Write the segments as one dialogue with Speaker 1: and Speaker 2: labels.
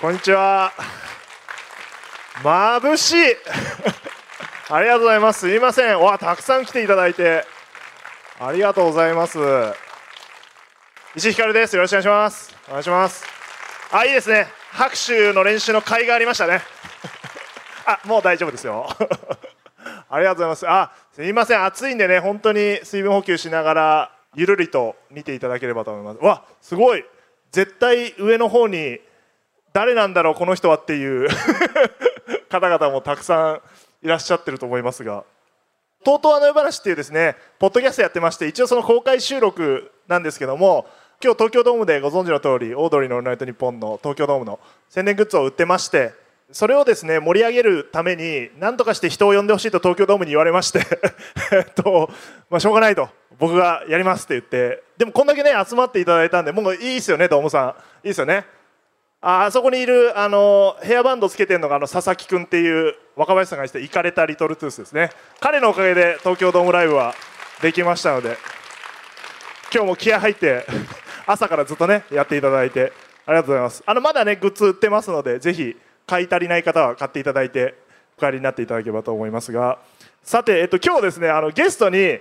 Speaker 1: こんにちは。眩しい。 ありがとうございます。すいません。わあ、たくさん来ていただいて。ありがとうございます。石井ひかるです。よろしくお願いします。お願いします。あ、いいですね。拍手の練習の甲斐がありましたね。 あ、もう大丈夫ですよ。 ありがとうございます。あ、すいません。暑いんでね、本当に水分補給しながら、ゆるりと見ていただければと思います。わ、すごい。絶対上の方に誰なんだろうこの人はっていう 方々もたくさんいらっしゃってると思いますが「とうとうあの夜話」っていうですねポッドキャストやってまして一応その公開収録なんですけども今日東京ドームでご存知の通りオードリーの「オールナイトニッポン」の東京ドームの宣伝グッズを売ってましてそれをですね盛り上げるために何とかして人を呼んでほしいと東京ドームに言われまして えっと、まあ、しょうがないと僕がやりますって言ってでもこんだけね集まっていただいたんでもういいですよねドームさんいいですよねあ,あそこにいるあのヘアバンドつけてるのがあの佐々木君っていう若林さんがして行かれたリトルトゥースですね彼のおかげで東京ドームライブはできましたので今日も気合入って朝からずっとねやっていただいてありがとうございますあのまだねグッズ売ってますのでぜひ買い足りない方は買っていただいてお帰りになっていただければと思いますがさて、えっと、今日ですねあのゲストに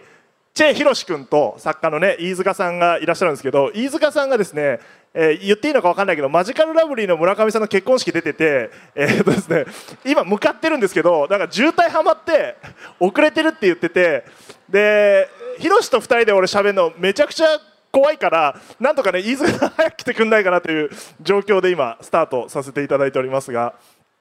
Speaker 1: チェ・ヒロシ君と作家のね飯塚さんがいらっしゃるんですけど飯塚さんがですねえー、言っていいのか分かんないけどマジカルラブリーの村上さんの結婚式出てて、えーとですね、今向かってるんですけどなんか渋滞はまって遅れてるって言っててでヒロシと2人で俺喋るのめちゃくちゃ怖いからなんとかね飯塚さん早く来てくんないかなという状況で今スタートさせていただいておりますが。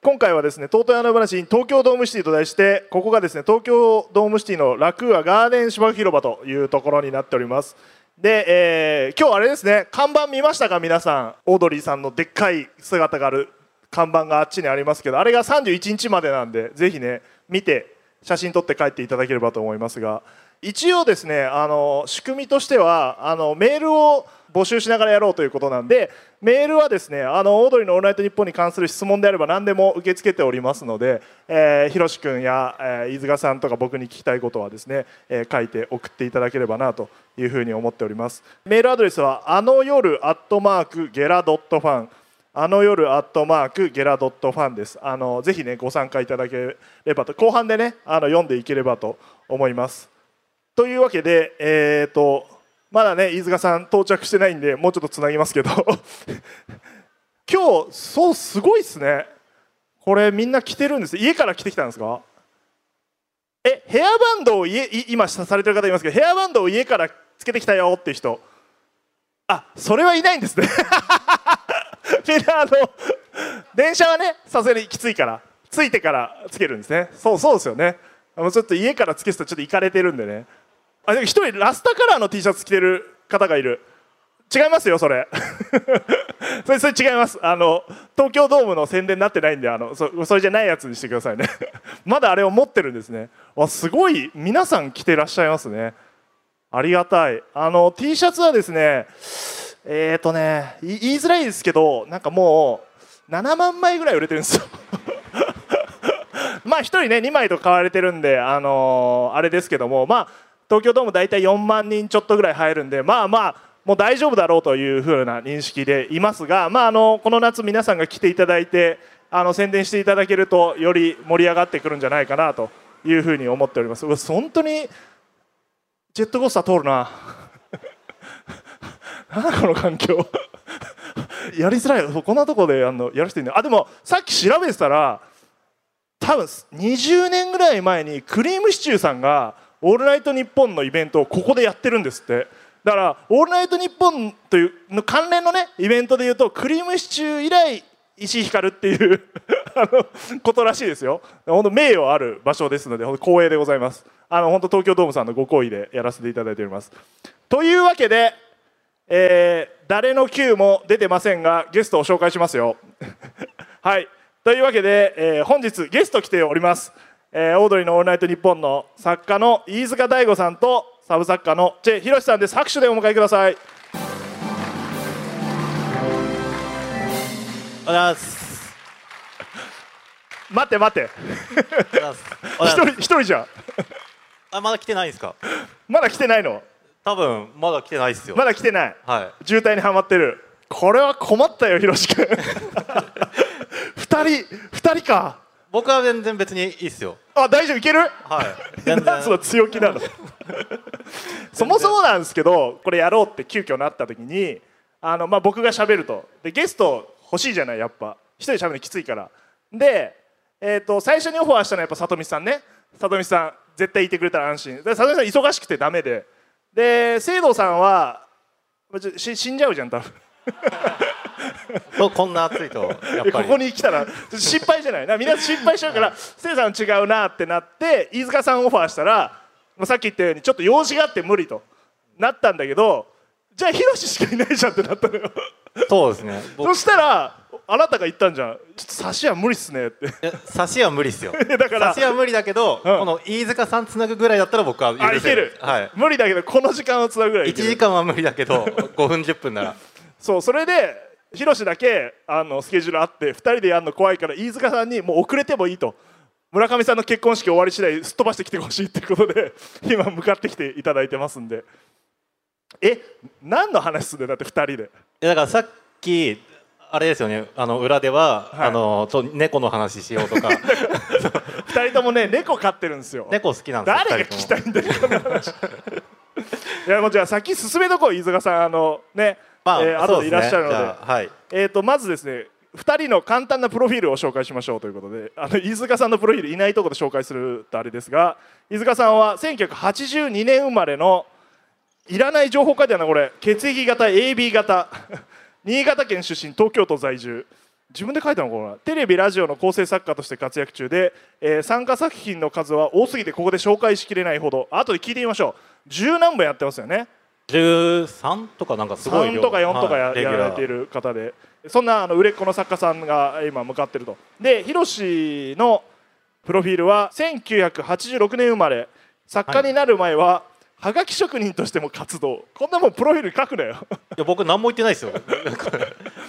Speaker 1: 今回はですね、東東の話に東京ドームシティと題して、ここがですね、東京ドームシティのラクーアガーデン芝生広場というところになっております。で、えー、今日あれですね看板見ましたか皆さんオードリーさんのでっかい姿がある看板があっちにありますけどあれが31日までなんでぜひね見て写真撮って帰っていただければと思いますが一応ですねあの仕組みとしてはあのメールを募集しながらやろうということなんでメールはですねあのオードリーの「オールナイトニッポン」に関する質問であれば何でも受け付けておりますので、えー、ひろし君や、えー、飯塚さんとか僕に聞きたいことはですね、えー、書いて送っていただければなというふうに思っておりますメールアドレスはあの夜アットマークゲラドットファンあの夜アットマークゲラドットファンですあのぜひねご参加いただければと後半でねあの読んでいければと思いますというわけでえっ、ー、とまだね飯塚さん到着してないんでもうちょっとつなぎますけど 今日そうすごいっすねこれみんな来てるんです家から来てきたんですかえヘアバンドを家今されてる方いますけどヘアバンドを家からつけてきたよっていう人あそれはいないんですねみんなあの電車はねさすがにきついからついてからつけるんですねそうそうですよねあのちょっと家からつけてたらちょっと行かれてるんでねあ一人ラスタカラーの T シャツ着てる方がいる違いますよそれ それそれ違いますあの東京ドームの宣伝になってないんであのそそれじゃないやつにしてくださいね まだあれを持ってるんですねわすごい皆さん着てらっしゃいますねありがたいあの T シャツはですねえっ、ー、とね言いづらいですけどなんかもう7万枚ぐらい売れてるんですよ まあ1人ね2枚と買われてるんであのー、あれですけどもまあ東京ドーム大体4万人ちょっとぐらい入るんでまあまあもう大丈夫だろうというふうな認識でいますが、まあ、あのこの夏皆さんが来ていただいてあの宣伝していただけるとより盛り上がってくるんじゃないかなというふうに思っております本当にジェットコースター通るななんだこの環境 やりづらいこんなとこであのやる人いるのあでもさっき調べてたら多分20年ぐらい前にクリームシチューさんが「オールナイトニッポン」のイベントをここでやってるんですってだから「オールナイトニッポン」というの関連のねイベントでいうとクリームシチュー以来石井ひかるっていう あのことらしいですよ本当名誉ある場所ですので本当光栄でございますあの本当東京ドームさんのご好意でやらせていただいておりますというわけで、えー、誰の Q も出てませんがゲストを紹介しますよ はいというわけで、えー、本日ゲスト来ておりますえー、オードリーの「オールナイトニッポン」の作家の飯塚大吾さんとサブ作家のチェ・ヒロシさんです拍手でお迎えください
Speaker 2: おはようございます。
Speaker 1: 待って待って
Speaker 2: おはようござ
Speaker 1: 一
Speaker 2: います。
Speaker 1: 人一人じゃん
Speaker 2: あ、まだ来てないんですか。
Speaker 1: まだ来てないの
Speaker 2: 多分まだ来てないですよ。
Speaker 1: まだ来てない
Speaker 2: は
Speaker 1: 渋滞にはまってるこれは困ったよひろし君二人二人か
Speaker 2: い。僕は全然別にいいですよ。
Speaker 1: あ大丈夫いける
Speaker 2: はい。全
Speaker 1: なん
Speaker 2: 然
Speaker 1: でそ。の強気なの そもそもなんですけどこれやろうって急遽なった時にあの、まあ、僕が喋るとでゲスト欲しいじゃないやっぱ一人喋るのきついからで、えー、と最初にオファーしたのはやっぱ里見さんね里見さん絶対いてくれたら安心で里見さん忙しくてダメでで聖堂さんはまあちょし死んじゃうじゃん多分
Speaker 2: ここんな暑いとやっ
Speaker 1: でこ
Speaker 2: ぱり。
Speaker 1: こに来たら心配じゃないなみんな心配しちゃうからせいさん違うなってなって飯塚さんオファーしたらまあさっき言ったようにちょっと用事があって無理となったんだけどじゃあヒロシしかいないじゃんってなったのよ
Speaker 2: そうですね。僕
Speaker 1: そしたらあなたが言ったんじゃんちょっと差しは無理っすねって
Speaker 2: いや差しは無理ですよ。
Speaker 1: やだから
Speaker 2: 差しは無理だけど、
Speaker 1: うん
Speaker 2: この飯塚さんつなぐぐらいだったら僕は許せ
Speaker 1: あいける、
Speaker 2: はい。
Speaker 1: 無理だけどこの時間をつなぐぐらいいけ
Speaker 2: 一
Speaker 1: る
Speaker 2: 時間は無理だけど、五分十分なら。
Speaker 1: そうそれでヒロシだけあのスケジュールあって2人でやるの怖いから飯塚さんにもう遅れてもいいと村上さんの結婚式終わり次第すっ飛ばしてきてほしいってことで 今向かってきていただいてますんでえ何の話すんだよだって2人で
Speaker 2: いやだからさっきあれですよねあの裏では、
Speaker 1: はい
Speaker 2: あのちょ猫の話しようとか
Speaker 1: 2人ともね猫飼ってるんですよ
Speaker 2: 猫好きなんですよ
Speaker 1: 誰が
Speaker 2: 二
Speaker 1: 聞き
Speaker 2: 人と
Speaker 1: た
Speaker 2: も
Speaker 1: いんだよこの話 いやもうじゃあ先進めとこう飯塚さんあのね、
Speaker 2: まあ、
Speaker 1: えー
Speaker 2: そ
Speaker 1: 後
Speaker 2: う
Speaker 1: ですい
Speaker 2: ね
Speaker 1: らっしゃるので
Speaker 2: じあはい
Speaker 1: えー、とまずですね2人の簡単なプロフィールを紹介しましょうということであの飯塚さんのプロフィールいないところで紹介するとあれですが飯塚さんは1982年生まれのいらない情報書いてあるなこれ血液型 AB 型 新潟県出身東京都在住自分で書いたのかなテレビラジオの構成作家として活躍中で、えー参加作品の数は多すぎてここで紹介しきれないほど後で聞いてみましょう十何本やってますよね
Speaker 2: 13とかなんかすごい
Speaker 1: 3
Speaker 2: 量
Speaker 1: とか4とかや,、
Speaker 2: はいレギ
Speaker 1: や
Speaker 2: ュ
Speaker 1: ら
Speaker 2: ラ
Speaker 1: れ
Speaker 2: ー
Speaker 1: ている方でそんなあの売れっ子の作家さんが今向かってるとでヒロシのプロフィールは1986年生まれ作家になる前は、はがき職人としても活動こんなもんプロフィール書くなよ
Speaker 2: いや僕何も言ってない ですよ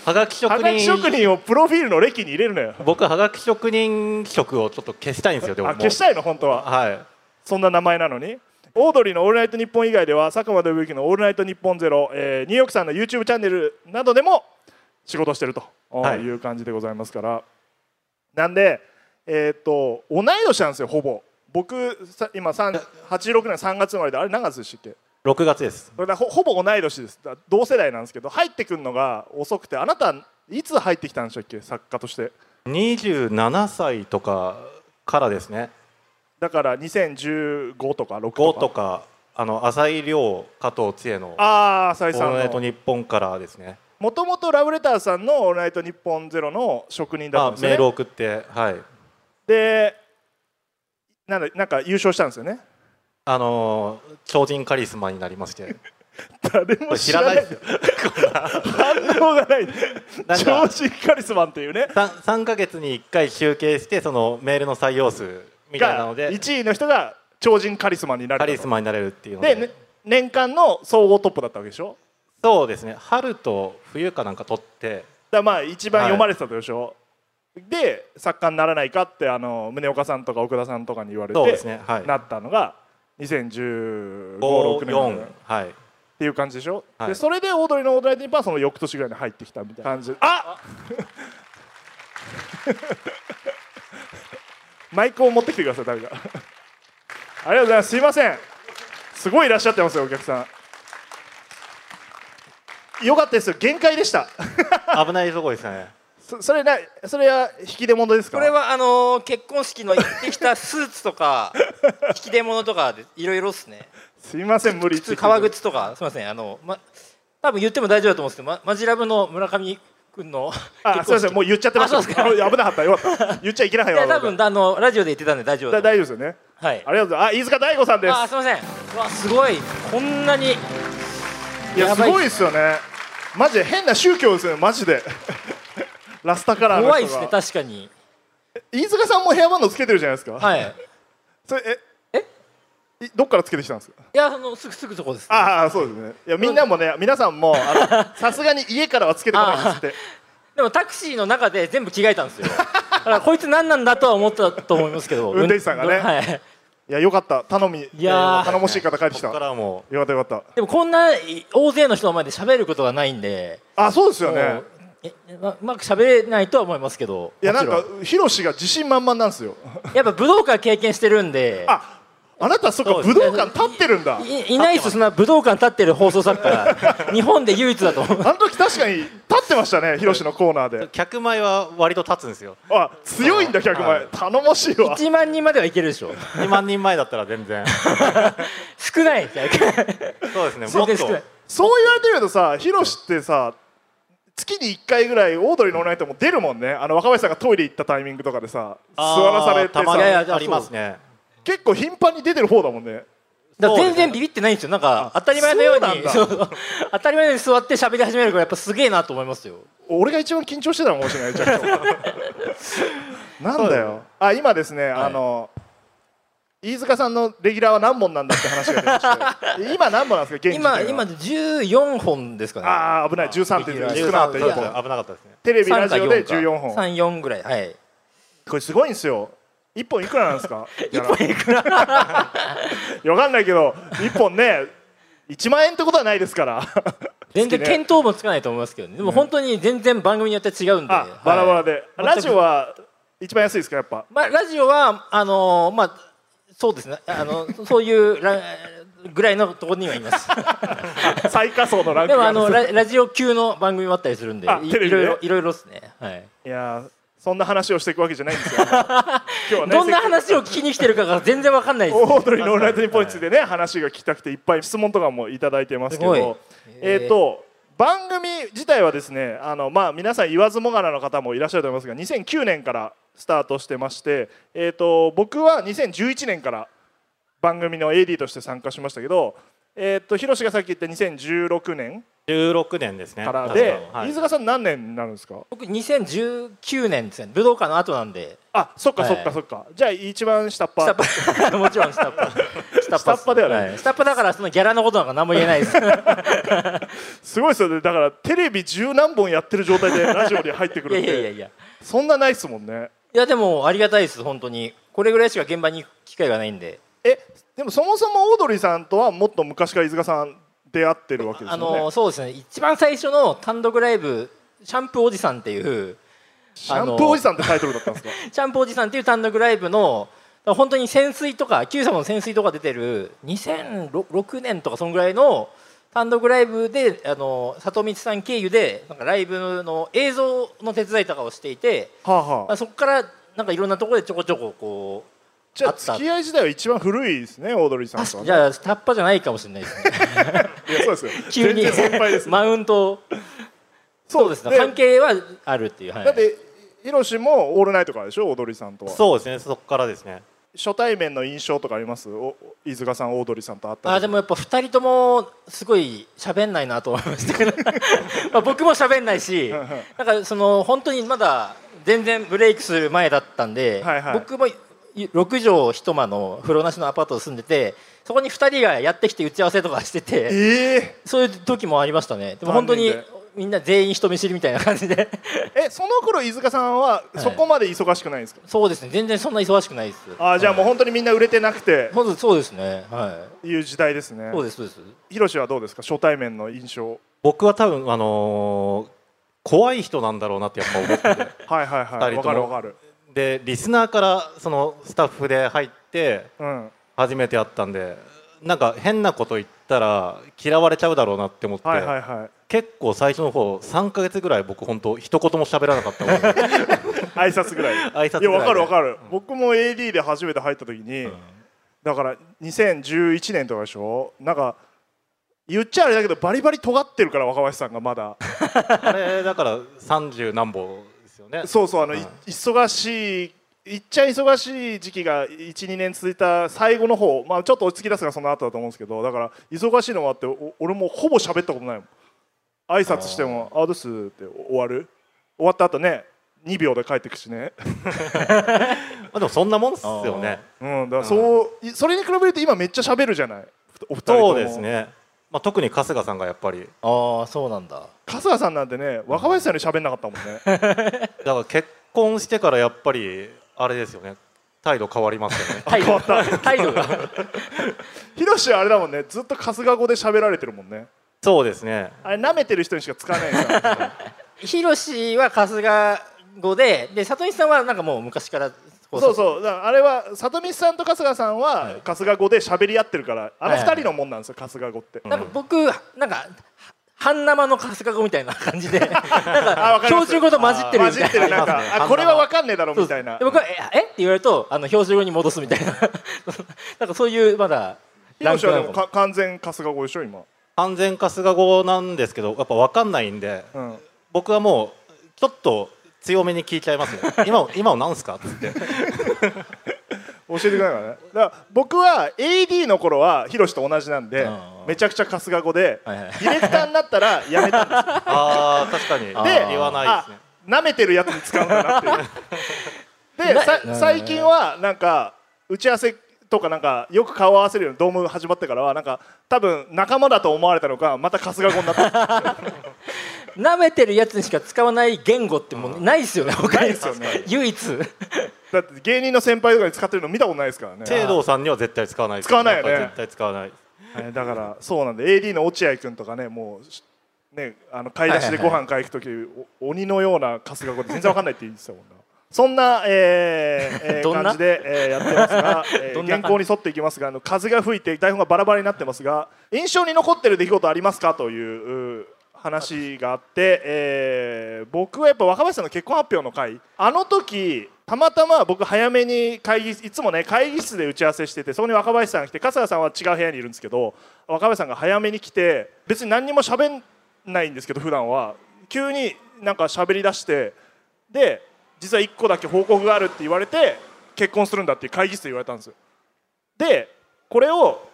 Speaker 2: はがき職
Speaker 1: はが
Speaker 2: 人
Speaker 1: き職人をプロフィールの歴に入れるなよ
Speaker 2: 僕はがき職人職をちょっと消したいんですよでも
Speaker 1: あ消したいの本当は
Speaker 2: はい
Speaker 1: そんな名前なのに。オードリーの「オールナイトニッポン」以外では佐久間信之の「オールナイトニッポンゼロ、えーニューヨークさんの YouTube チャンネルなどでも仕事してると
Speaker 2: はい
Speaker 1: いう感じでございますから、なんで、えーっと同い年なんですよほぼ僕さ今さん86年3月生まれであれ何月でしたっけ
Speaker 2: 6月です
Speaker 1: これだほほぼ同い年ですだ同世代なんですけど入ってくるのが遅くてあなたいつ入ってきたんでしたっけ作家として
Speaker 2: 27歳とかからですね
Speaker 1: だから2015とか6と
Speaker 2: 5
Speaker 1: か
Speaker 2: とかあの浅井亮加藤千恵の「オ
Speaker 1: ああ浅井さん
Speaker 2: ール
Speaker 1: の
Speaker 2: ナイトニッポン」からですね
Speaker 1: もともとラブレターさんの「オールナイトニッポンゼロの職人だった
Speaker 2: あ
Speaker 1: んですよ
Speaker 2: メ
Speaker 1: ね
Speaker 2: ール送ってはい
Speaker 1: でなんだなんか優勝したんですよ ね
Speaker 2: あのー超人カリスマになりまして
Speaker 1: 誰も 知
Speaker 2: 知
Speaker 1: らな
Speaker 2: らないいですよ
Speaker 1: 反応が ない
Speaker 2: か
Speaker 1: 超人カリスマンっていうね
Speaker 2: 3, 3ヶ月に1回集計してそのメールの採用数みたいな
Speaker 1: が
Speaker 2: ので
Speaker 1: 1位の人が超人カリスマにな
Speaker 2: カ
Speaker 1: れ
Speaker 2: リ
Speaker 1: た
Speaker 2: ス
Speaker 1: と
Speaker 2: マになれるっていうので
Speaker 1: で、ね年間の総合トップだったわけでしょ
Speaker 2: そうですね春と冬かなんか取って
Speaker 1: だからまあ一番読まれてたでしょ、で作家にならないかってあの宗岡さんとか奥田さんとかに言われて
Speaker 2: そうですねはい
Speaker 1: なったのが2015 6年ぐらい
Speaker 2: 54はい
Speaker 1: っていう感じでしょ、
Speaker 2: はい
Speaker 1: でそれでオードリーのオードリーティーパーその翌年ぐらいに入ってきたみたいな感じあ マイクを持ってきてください誰かありがとうございますすいませんすごいいらっしゃってますよお客さんよかったですよ限界でした
Speaker 2: 危ないとこですね
Speaker 1: そそれなそれは引き出物ですか
Speaker 3: これはあのー結婚式の行ってきたスーツ とか引き出物とかでいろいろっすね
Speaker 1: すいません無理言って
Speaker 3: 靴
Speaker 1: きて
Speaker 3: 革靴とかすみませんあのま多分言っても大丈夫だと思うんですけど、ま、マジラブの村上君の
Speaker 1: あすいませんもう言っちゃってました
Speaker 3: あそうですか
Speaker 1: あ危なかったよかった言っちゃいけなかっ
Speaker 3: いや
Speaker 1: た
Speaker 3: 多分あのラジオで言ってたんで大丈夫
Speaker 1: だ
Speaker 3: だと
Speaker 1: 大丈夫ですよね
Speaker 3: 思うはい
Speaker 1: ありがとうございますあ飯塚大吾さんです
Speaker 3: あすみませんうわすごいこんなに
Speaker 1: いや
Speaker 3: や
Speaker 1: す
Speaker 3: ばい
Speaker 1: ごいですよねマジで変な宗教ですよねマジで ラスタカラーの人が
Speaker 3: 怖いですね確かに
Speaker 1: 飯塚さんもヘアバンドつけてるじゃないですか、
Speaker 3: はいい
Speaker 1: それえ
Speaker 3: え
Speaker 1: いどっからつけてきたんですか
Speaker 3: やそのすぐすぐそこです
Speaker 1: ああそうですねいやみんなもね皆さんもあのさすがに家からはつけてこないんですって
Speaker 3: ででもタクシーの中で全部着替えたんですよだからこいつ何なんだとは思ったと思いますけど
Speaker 1: 運転手さんがね
Speaker 3: はい、
Speaker 1: いやよかった頼み
Speaker 3: いやー
Speaker 1: 頼もしい方帰ってきた
Speaker 2: こ
Speaker 1: よか
Speaker 2: こか
Speaker 1: ら
Speaker 2: はも
Speaker 1: ったよかっ
Speaker 3: でもこんな大勢の人の前で喋ることがないんで
Speaker 1: たあそうですよね
Speaker 3: もうえまうまく喋れないとは思いますけど
Speaker 1: いやなん
Speaker 3: も
Speaker 1: か
Speaker 3: ち
Speaker 1: ヒロシが自信満々なんですよ
Speaker 3: ろんやっぱ武道館経験してるんで
Speaker 1: ああなたそっか
Speaker 2: そう
Speaker 1: 武
Speaker 2: ですね
Speaker 1: 道館立ってるんだ
Speaker 3: いいないですそんな武道館立ってる放送作家 日本で唯一だと思う
Speaker 1: あの時確かに立ってましたねヒロシのコーナー
Speaker 2: う
Speaker 1: で
Speaker 2: 客前は割と立つんですよ
Speaker 1: あ強いんだ100
Speaker 2: は
Speaker 1: 枚頼もしいわ
Speaker 3: 1万人まではいけるでしょ
Speaker 2: 2万人前だったら全 然
Speaker 3: 少ない
Speaker 2: そうですねも
Speaker 3: 全
Speaker 2: っと
Speaker 3: 然少ない
Speaker 1: そう言われてみるとさヒロシってさ月に1回ぐらいオードリーのオールナイトも出るもんねあの若林さんがトイレ行ったタイミングとかでさ座
Speaker 2: あー
Speaker 1: らされて
Speaker 2: たまに
Speaker 3: いやい
Speaker 1: さ
Speaker 3: やじゃあ
Speaker 2: ありますね
Speaker 1: 結構頻繁に出てる方だもんね
Speaker 3: だから全然ビビってないんですよなんか当たり前のように
Speaker 1: そ
Speaker 3: そう当たり前のように座って喋り始めるからやっぱすげえなと思いますよ
Speaker 1: 俺が一番緊張してたのかもしれないじゃんなんだよあ今ですね、あの飯塚さんのレギュラーは何本なんだって話が出まして今何本なんですか現時点
Speaker 3: 今
Speaker 1: は
Speaker 3: 今14本ですか
Speaker 1: ああ危ない13点
Speaker 2: 13
Speaker 1: 少なかった
Speaker 2: そう
Speaker 1: 一
Speaker 2: ですね
Speaker 1: 本
Speaker 2: 危なかったですね
Speaker 1: テレビ
Speaker 3: 三
Speaker 1: ラジ
Speaker 3: か
Speaker 1: オ
Speaker 3: 四
Speaker 1: で
Speaker 3: か
Speaker 1: 14
Speaker 3: ね
Speaker 1: 本
Speaker 3: 34ぐらいはい
Speaker 1: これすごいんですよ1本いくらなんです か
Speaker 3: 1本いく
Speaker 1: わ
Speaker 3: ら
Speaker 1: かんないけど1本ね1万円ってことはないですから
Speaker 3: 全然見当もつかないと思いますけどねでも本当に全然番組によって違うんで、はい
Speaker 1: あ バラバラで、
Speaker 3: 全く
Speaker 1: ラジオは一番安いですかやっぱ
Speaker 3: まあ、ラジオはあのーまあそうですねあのそういうラぐらいのところにはいます
Speaker 1: 最下層のランク
Speaker 3: でも
Speaker 1: が
Speaker 3: あ
Speaker 1: あるん
Speaker 3: の
Speaker 1: す
Speaker 3: ララジオ級の番組もあったりするんで
Speaker 1: あ
Speaker 3: いい
Speaker 1: テレビで
Speaker 3: ろいろいろいろですね、はい、
Speaker 1: いやーそんな話をしていくわけじゃないんです よ今日はね
Speaker 3: どんな話を聞きに来てるかが全然わかんないです
Speaker 1: オードリーのオールナイトニッポンについてね話が聞きたくていっぱい質問とかもいただいてますけ
Speaker 3: すご
Speaker 1: ど
Speaker 3: い
Speaker 1: えっ、と番組自体はですねあの、まあ、皆さん言わずもがなの方もいらっしゃると思いますが2009年からスタートしてまして、えー、と僕は2011年から番組の AD として参加しましたけど、えー、とヒロシがさっき言った2016年
Speaker 2: 16年ですね
Speaker 1: からで、
Speaker 2: はい
Speaker 1: 飯塚さん何年になるんですか
Speaker 3: 僕2019年ですね武道館の後なんで
Speaker 1: あそっか
Speaker 3: はい
Speaker 1: そっかそっか、じゃあ一番下っ端
Speaker 3: 下っ端 もちろん下っ端下
Speaker 1: 下っ端ではない
Speaker 3: い下っ端だからそのギャラのことなんか何も言えない ですい
Speaker 1: すごいですよねだからテレビ十何本やってる状態でラジオに入ってくる
Speaker 3: や
Speaker 1: っ
Speaker 3: い
Speaker 1: て
Speaker 3: やいやいや
Speaker 1: そんなないっすもんね
Speaker 3: いやでもありがたいです本当にこれぐらいしか現場に行く機会がないんで
Speaker 1: えでもそもそもオードリーさんとはもっと昔から飯塚さん出会ってるわけです
Speaker 3: あ
Speaker 1: よね、
Speaker 3: のそうですね一番最初の単独ライブ「シャンプーおじさん」っていう
Speaker 1: シャンプーおじさんってタイトルだったんですか
Speaker 3: シャンプーおじさんっていう単独ライブの本当に潜水とか「Q 様の潜水」とか出てる2006年とかそのぐらいの単独ライブであの里光さん経由でなんかライブの映像の手伝いとかをしていて、
Speaker 1: はあは
Speaker 3: ま
Speaker 1: あ
Speaker 3: あ、そこからなんかいろんなところでちょこちょここう
Speaker 1: じゃあ
Speaker 3: あった
Speaker 1: 付き合い自体は一番古いですねオードリーさんとは、ね、
Speaker 3: 確かじゃあ下っ端じゃないかもしれないですね
Speaker 1: いやそうですよ
Speaker 3: 急に
Speaker 1: 全然先輩です
Speaker 3: マウントをそうですね
Speaker 1: で
Speaker 3: 関係はあるっていう、 はい、
Speaker 1: だってヒロシもオールナイトからでしょオードリーさんとは
Speaker 2: そうですねそこからですね
Speaker 1: 初対面の印象とかありますお飯塚さんオードリーさんと会った
Speaker 3: あーでもやっぱ2人ともすごい喋んないなと思いましたけ どまあ僕も喋んないしなんかその本当にまだ全然ブレイクする前だったんで、
Speaker 1: はいはい
Speaker 3: 僕も6畳一間の風呂なしのアパートを住んでてそこに2人がやってきて打ち合わせとかしてて
Speaker 1: ええ
Speaker 3: そういう時もありましたねでも本当に
Speaker 1: 三人で
Speaker 3: みんな全員人見知りみたいな感 じで
Speaker 1: えその頃飯塚さんはそこまで忙しくないんですか、
Speaker 3: そうですね全然そんな忙しくないです
Speaker 1: あーじゃあもう本当にみんな売れてなくて
Speaker 3: まずそうですねは
Speaker 1: いう時代ですね
Speaker 3: いそうですそうです
Speaker 1: ヒロシはどうですか初対面の印象
Speaker 2: 僕は多分あのー怖い人なんだろうなってやっぱ思ってて
Speaker 1: はいはいはい
Speaker 2: 二
Speaker 1: わか
Speaker 2: 人と
Speaker 1: る
Speaker 2: も
Speaker 1: わかる
Speaker 2: でリスナーからそのスタッフで入って
Speaker 1: うん
Speaker 2: 初めて会ったんでなんか変なこと言ったら嫌われちゃうだろうなって思って、
Speaker 1: はいはいはい
Speaker 2: 結構最初の方3か月ぐらい僕本当一言も喋らなかったも ん挨
Speaker 1: 挨拶ぐらい
Speaker 2: 拶
Speaker 1: いやわかるわ
Speaker 2: る
Speaker 1: かる、僕も AD で初めて入った時に、だから2011年とかでしょなんか言っちゃあれだけどバリバリ尖ってるから若林さんがまだ
Speaker 2: あれだから30何本ですよね
Speaker 1: そうそうあの、い
Speaker 2: うん
Speaker 1: 忙しいいっちゃ忙しい時期が12年続いた最後の方まあちょっと落ち着き出すがその後だと思うんですけどだから忙しいのもあってお俺もうほぼ喋ったことないもん挨拶しても「あどうす?」って終わる終わった後ね2秒で帰ってくしね
Speaker 2: まあでもそんなもんっすよね
Speaker 1: うん、だからそう、いそれに比べると今めっちゃ喋るじゃないふたお二人とも
Speaker 2: そうですねまあ、特に春日さんがやっぱり
Speaker 3: ああそうなんだ
Speaker 1: 春日さんなんてね若林さんより喋んなかったもん ね
Speaker 2: だから結婚してからやっぱりあれですよね態度変わります よね
Speaker 3: 態
Speaker 1: 変わ
Speaker 3: 度
Speaker 1: った
Speaker 3: 態度が
Speaker 1: ヒロシはあれだもんねずっと春日語で喋られてるもんね
Speaker 2: そうですね
Speaker 1: あれ舐めてる人にしか使わないから
Speaker 3: ヒロシは春日語でで里西さんはなんかもう昔からこ
Speaker 1: そうそうだからあれは里見さんと春日さんは春日語で喋り合ってるからあの二人のもんなんですよ春日語って
Speaker 3: なんか僕なんか半生の春日語みたいな感じ でなん
Speaker 1: あわか
Speaker 3: か
Speaker 1: りま
Speaker 3: 標
Speaker 1: す
Speaker 3: 準語と混じってる
Speaker 1: 混
Speaker 3: み
Speaker 1: じ
Speaker 3: た
Speaker 1: っ
Speaker 3: い
Speaker 1: て
Speaker 3: な
Speaker 1: るなん
Speaker 2: あります
Speaker 1: か
Speaker 2: ね
Speaker 1: あこれは分かんねえだろみたいな
Speaker 3: で僕は「ええって言われるとあの標準語に戻すみたいな なんかそういうまだ
Speaker 1: ヒロシはで
Speaker 3: ラ
Speaker 1: も
Speaker 3: ンクなのか
Speaker 1: か完全春日語でしょ今
Speaker 2: 完全春日語なんですけどやっぱ分かんないんで
Speaker 1: うん
Speaker 2: 僕はもうちょっと強めに聞いちゃいますね今を今をなんすかっつって
Speaker 1: 教えてくれないからねだから僕は AD の頃はヒロシと同じなんで
Speaker 3: うん
Speaker 1: めちゃくちゃ春日語で
Speaker 3: はいはい
Speaker 1: ディレクターになった らやめたんですよ
Speaker 2: ああ確かにで
Speaker 3: ー
Speaker 2: 言わない
Speaker 1: あ
Speaker 2: ですね
Speaker 1: 舐めてるやつに使うんだなって いうで
Speaker 3: な
Speaker 1: さ
Speaker 3: うん
Speaker 1: 最近はなんか打ち合わせとかなんかよく顔合わせるようにドーム始まってからはなんか多分仲間だと思われたのかまた春日語になった
Speaker 3: 舐めてるやつにしか使わない言語ってもうないですよね他
Speaker 1: ない
Speaker 3: に
Speaker 1: ですよね
Speaker 3: 唯一
Speaker 1: だって芸人の先輩とかに使ってるの見たことないですからね
Speaker 2: 聖堂さんには絶対使わないです
Speaker 1: 使わないよね
Speaker 2: やっぱ絶対使わない
Speaker 1: えーだからそうなんで AD の落合君とかねもうしねあの買い出しでご飯買い行く時、お鬼のような春日語で全然わかんないって言ってたもんなそんな、えーえー
Speaker 3: どんな
Speaker 1: 感じで、えーやってます が、えー
Speaker 3: どんな
Speaker 1: 原稿に沿っていきますがあの風が吹いて台本がバラバラになってますが印象に残ってる出来事ありますかというう話があって、えー僕はやっぱ若林さんの結婚発表の回あの時たまたま僕早めに会議室いつもね会議室で打ち合わせしててそこに若林さんが来て春日さんは違う部屋にいるんですけど若林さんが早めに来て別に何にも喋んないんですけど普段は急になんか喋り出してで実は1個だけ報告があるって言われて結婚するんだっていう会議室で言われたんですよでこれを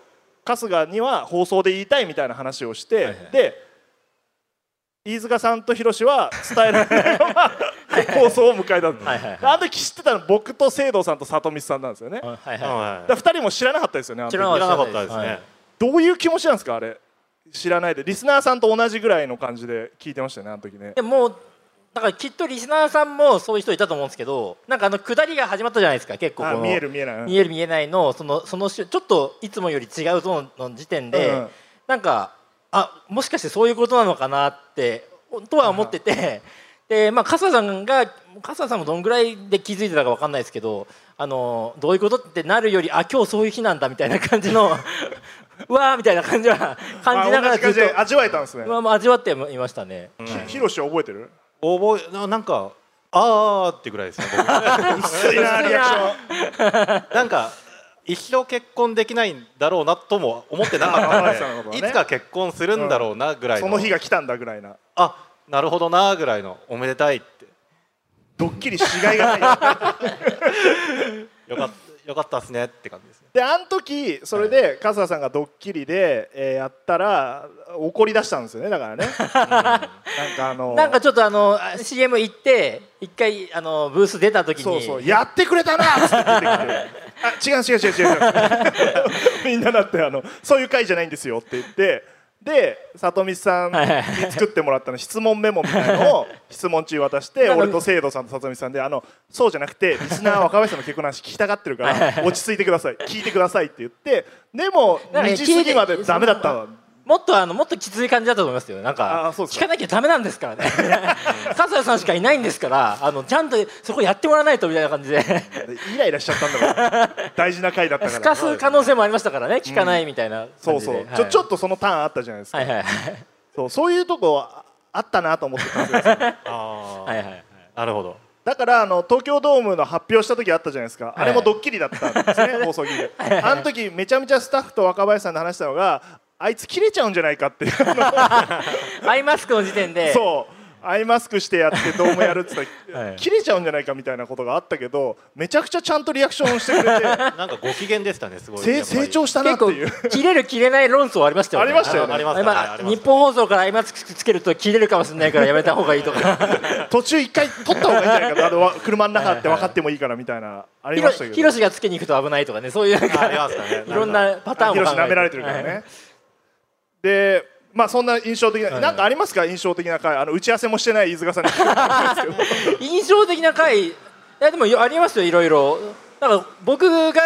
Speaker 1: 春日には放送で言いたいみたいな話をして、
Speaker 3: はいはい
Speaker 1: で飯塚さんと広志は伝えられないまま放送を迎えたんです、
Speaker 3: はいはいはい
Speaker 1: あの時知ってたの僕と聖堂さんと里見さんなんですよね、だか
Speaker 3: はいはい
Speaker 2: はい
Speaker 1: ら2人も知らなかったですよねあの時
Speaker 3: 知らな
Speaker 2: 知
Speaker 3: かった
Speaker 2: らなかったですね、
Speaker 3: はい
Speaker 1: どういう気持ちなんですかあれ知らないでリスナーさんと同じぐらいの感じで聞いてましたよねあの時ね
Speaker 3: でもだからきっとリスナーさんもそういう人いたと思うんですけどなんかあの下りが始まったじゃないですか結構こ
Speaker 1: あ
Speaker 3: の
Speaker 1: 見える見えない
Speaker 3: 見える見えないのそのそのしちょっといつもより違うゾーンの時点で、
Speaker 1: うん
Speaker 3: なんかあもしかしてそういうことなのかなってとは思ってて でまあ笠さんが笠さんもどんぐらいで気づいてたかわかんないですけどあのどういうことってなるよりあ今日そういう日なんだみたいな感じの うわーみたいな感じは感じながら
Speaker 1: あ同じ感
Speaker 3: ずっ
Speaker 1: じで
Speaker 3: と
Speaker 1: 味わえたんですね
Speaker 3: まあまあ味わっていましたね。
Speaker 1: ひひろしは覚えてる
Speaker 2: 覚えななんかあーってぐらいですね僕
Speaker 1: 薄いなリアクション
Speaker 2: なんか一生結婚できないんだろうなとも思ってな
Speaker 1: あ
Speaker 2: か
Speaker 1: 若
Speaker 2: っ
Speaker 1: 林さんのこと
Speaker 2: たん
Speaker 1: は
Speaker 2: で、
Speaker 1: ね
Speaker 2: いつか結婚するんだろうなぐらいの、
Speaker 1: その日が来たんだぐらいな
Speaker 2: あなるほどなぐらいのおめでたいって
Speaker 1: ドッキリしがいが ない
Speaker 2: よかったよかったっすねって感じですね
Speaker 1: であの時それで春日さんがドッキリで、えーやったら怒り出したんですよねだからね なんかあの
Speaker 3: なんかちょっとあのあ CM 行って一回あのブース出た時に
Speaker 1: そうそうやってくれたなっつって出てきてあ違う違う違う 違うみんなだってあのそういう回じゃないんですよって言ってで里見さんに
Speaker 3: はいはい
Speaker 1: 作ってもらったの質問メモみたいのを質問中渡して
Speaker 3: なんか
Speaker 1: 俺と聖堂さんと里見さんであのそうじゃなくてリスナーは若林さんの結婚の話聞きたがってるから落ち着いてください聞いてくださいって言ってでも
Speaker 3: なんかね
Speaker 1: 2時過ぎまでダメだったの
Speaker 3: もっとあのもっときつい感じだったと思いますよ。なん
Speaker 1: あ
Speaker 3: か
Speaker 1: そうです
Speaker 3: 聞
Speaker 1: か
Speaker 3: かなきゃダメなんですから ね。笠谷さんしかいないんですから、あのちゃんとそこやってもらわないとみたいな感じで、
Speaker 1: イライラしちゃったんだから 大事な回だった
Speaker 3: す
Speaker 1: か
Speaker 3: からす可能性もありましたからね。聞かないみたいな
Speaker 1: そ
Speaker 3: 感
Speaker 1: う
Speaker 3: じ
Speaker 1: そ
Speaker 3: で。
Speaker 1: うちょちょ
Speaker 3: っ
Speaker 1: っとそのターンあったじゃないです
Speaker 3: は
Speaker 1: か
Speaker 3: いはいはい
Speaker 1: そうそういうとこああったなと思ってたんですよ
Speaker 2: あ
Speaker 3: はい はい。
Speaker 2: なるほど
Speaker 1: だからあの東京ドームの発表した時あったじゃないですか、
Speaker 3: い
Speaker 1: あれもドッキリだったんです ね放送切りであの時めちゃめちゃスタッフと若林さんで話したのがあいつ切れちゃうんじゃないかっていうあの
Speaker 3: アイマスクの時点で、
Speaker 1: そうアイマスクしてやってドームやるって言ったら、
Speaker 3: はい
Speaker 1: 切れちゃうんじゃないかみたいなことがあったけどめちゃくちゃちゃんとリアクションしてくれて
Speaker 2: なんかご機嫌でしたねすごい
Speaker 1: せ
Speaker 2: やっぱり
Speaker 1: 成長したな
Speaker 3: 結
Speaker 1: って
Speaker 3: 構
Speaker 1: いう
Speaker 3: 切れる切れない論争ありましたよね。
Speaker 1: ありましたよ
Speaker 2: あありますね
Speaker 3: 今
Speaker 2: あります
Speaker 3: 日本放送からアイマスクつけると切れるかもしれないからやめた方がいいとか。
Speaker 1: 途中一回取った方がいいんじゃないかとあのわ車の中って分かってもいいからみたいな あり
Speaker 3: ひ
Speaker 1: ま
Speaker 3: ろ
Speaker 1: したけど
Speaker 3: ひろしがつけに行くと危ないとかね、そういうなん
Speaker 2: ああ
Speaker 3: か
Speaker 2: りますかね
Speaker 3: いろんなパターンを考え
Speaker 1: 広
Speaker 3: て
Speaker 1: し舐められてるからね。でまあそんな印象的な、
Speaker 2: はい
Speaker 1: なんかありますか印象的な回あの打ち合わせもしてない飯塚さん に
Speaker 3: 印象的な回いやでもよありますよいろいろだから僕が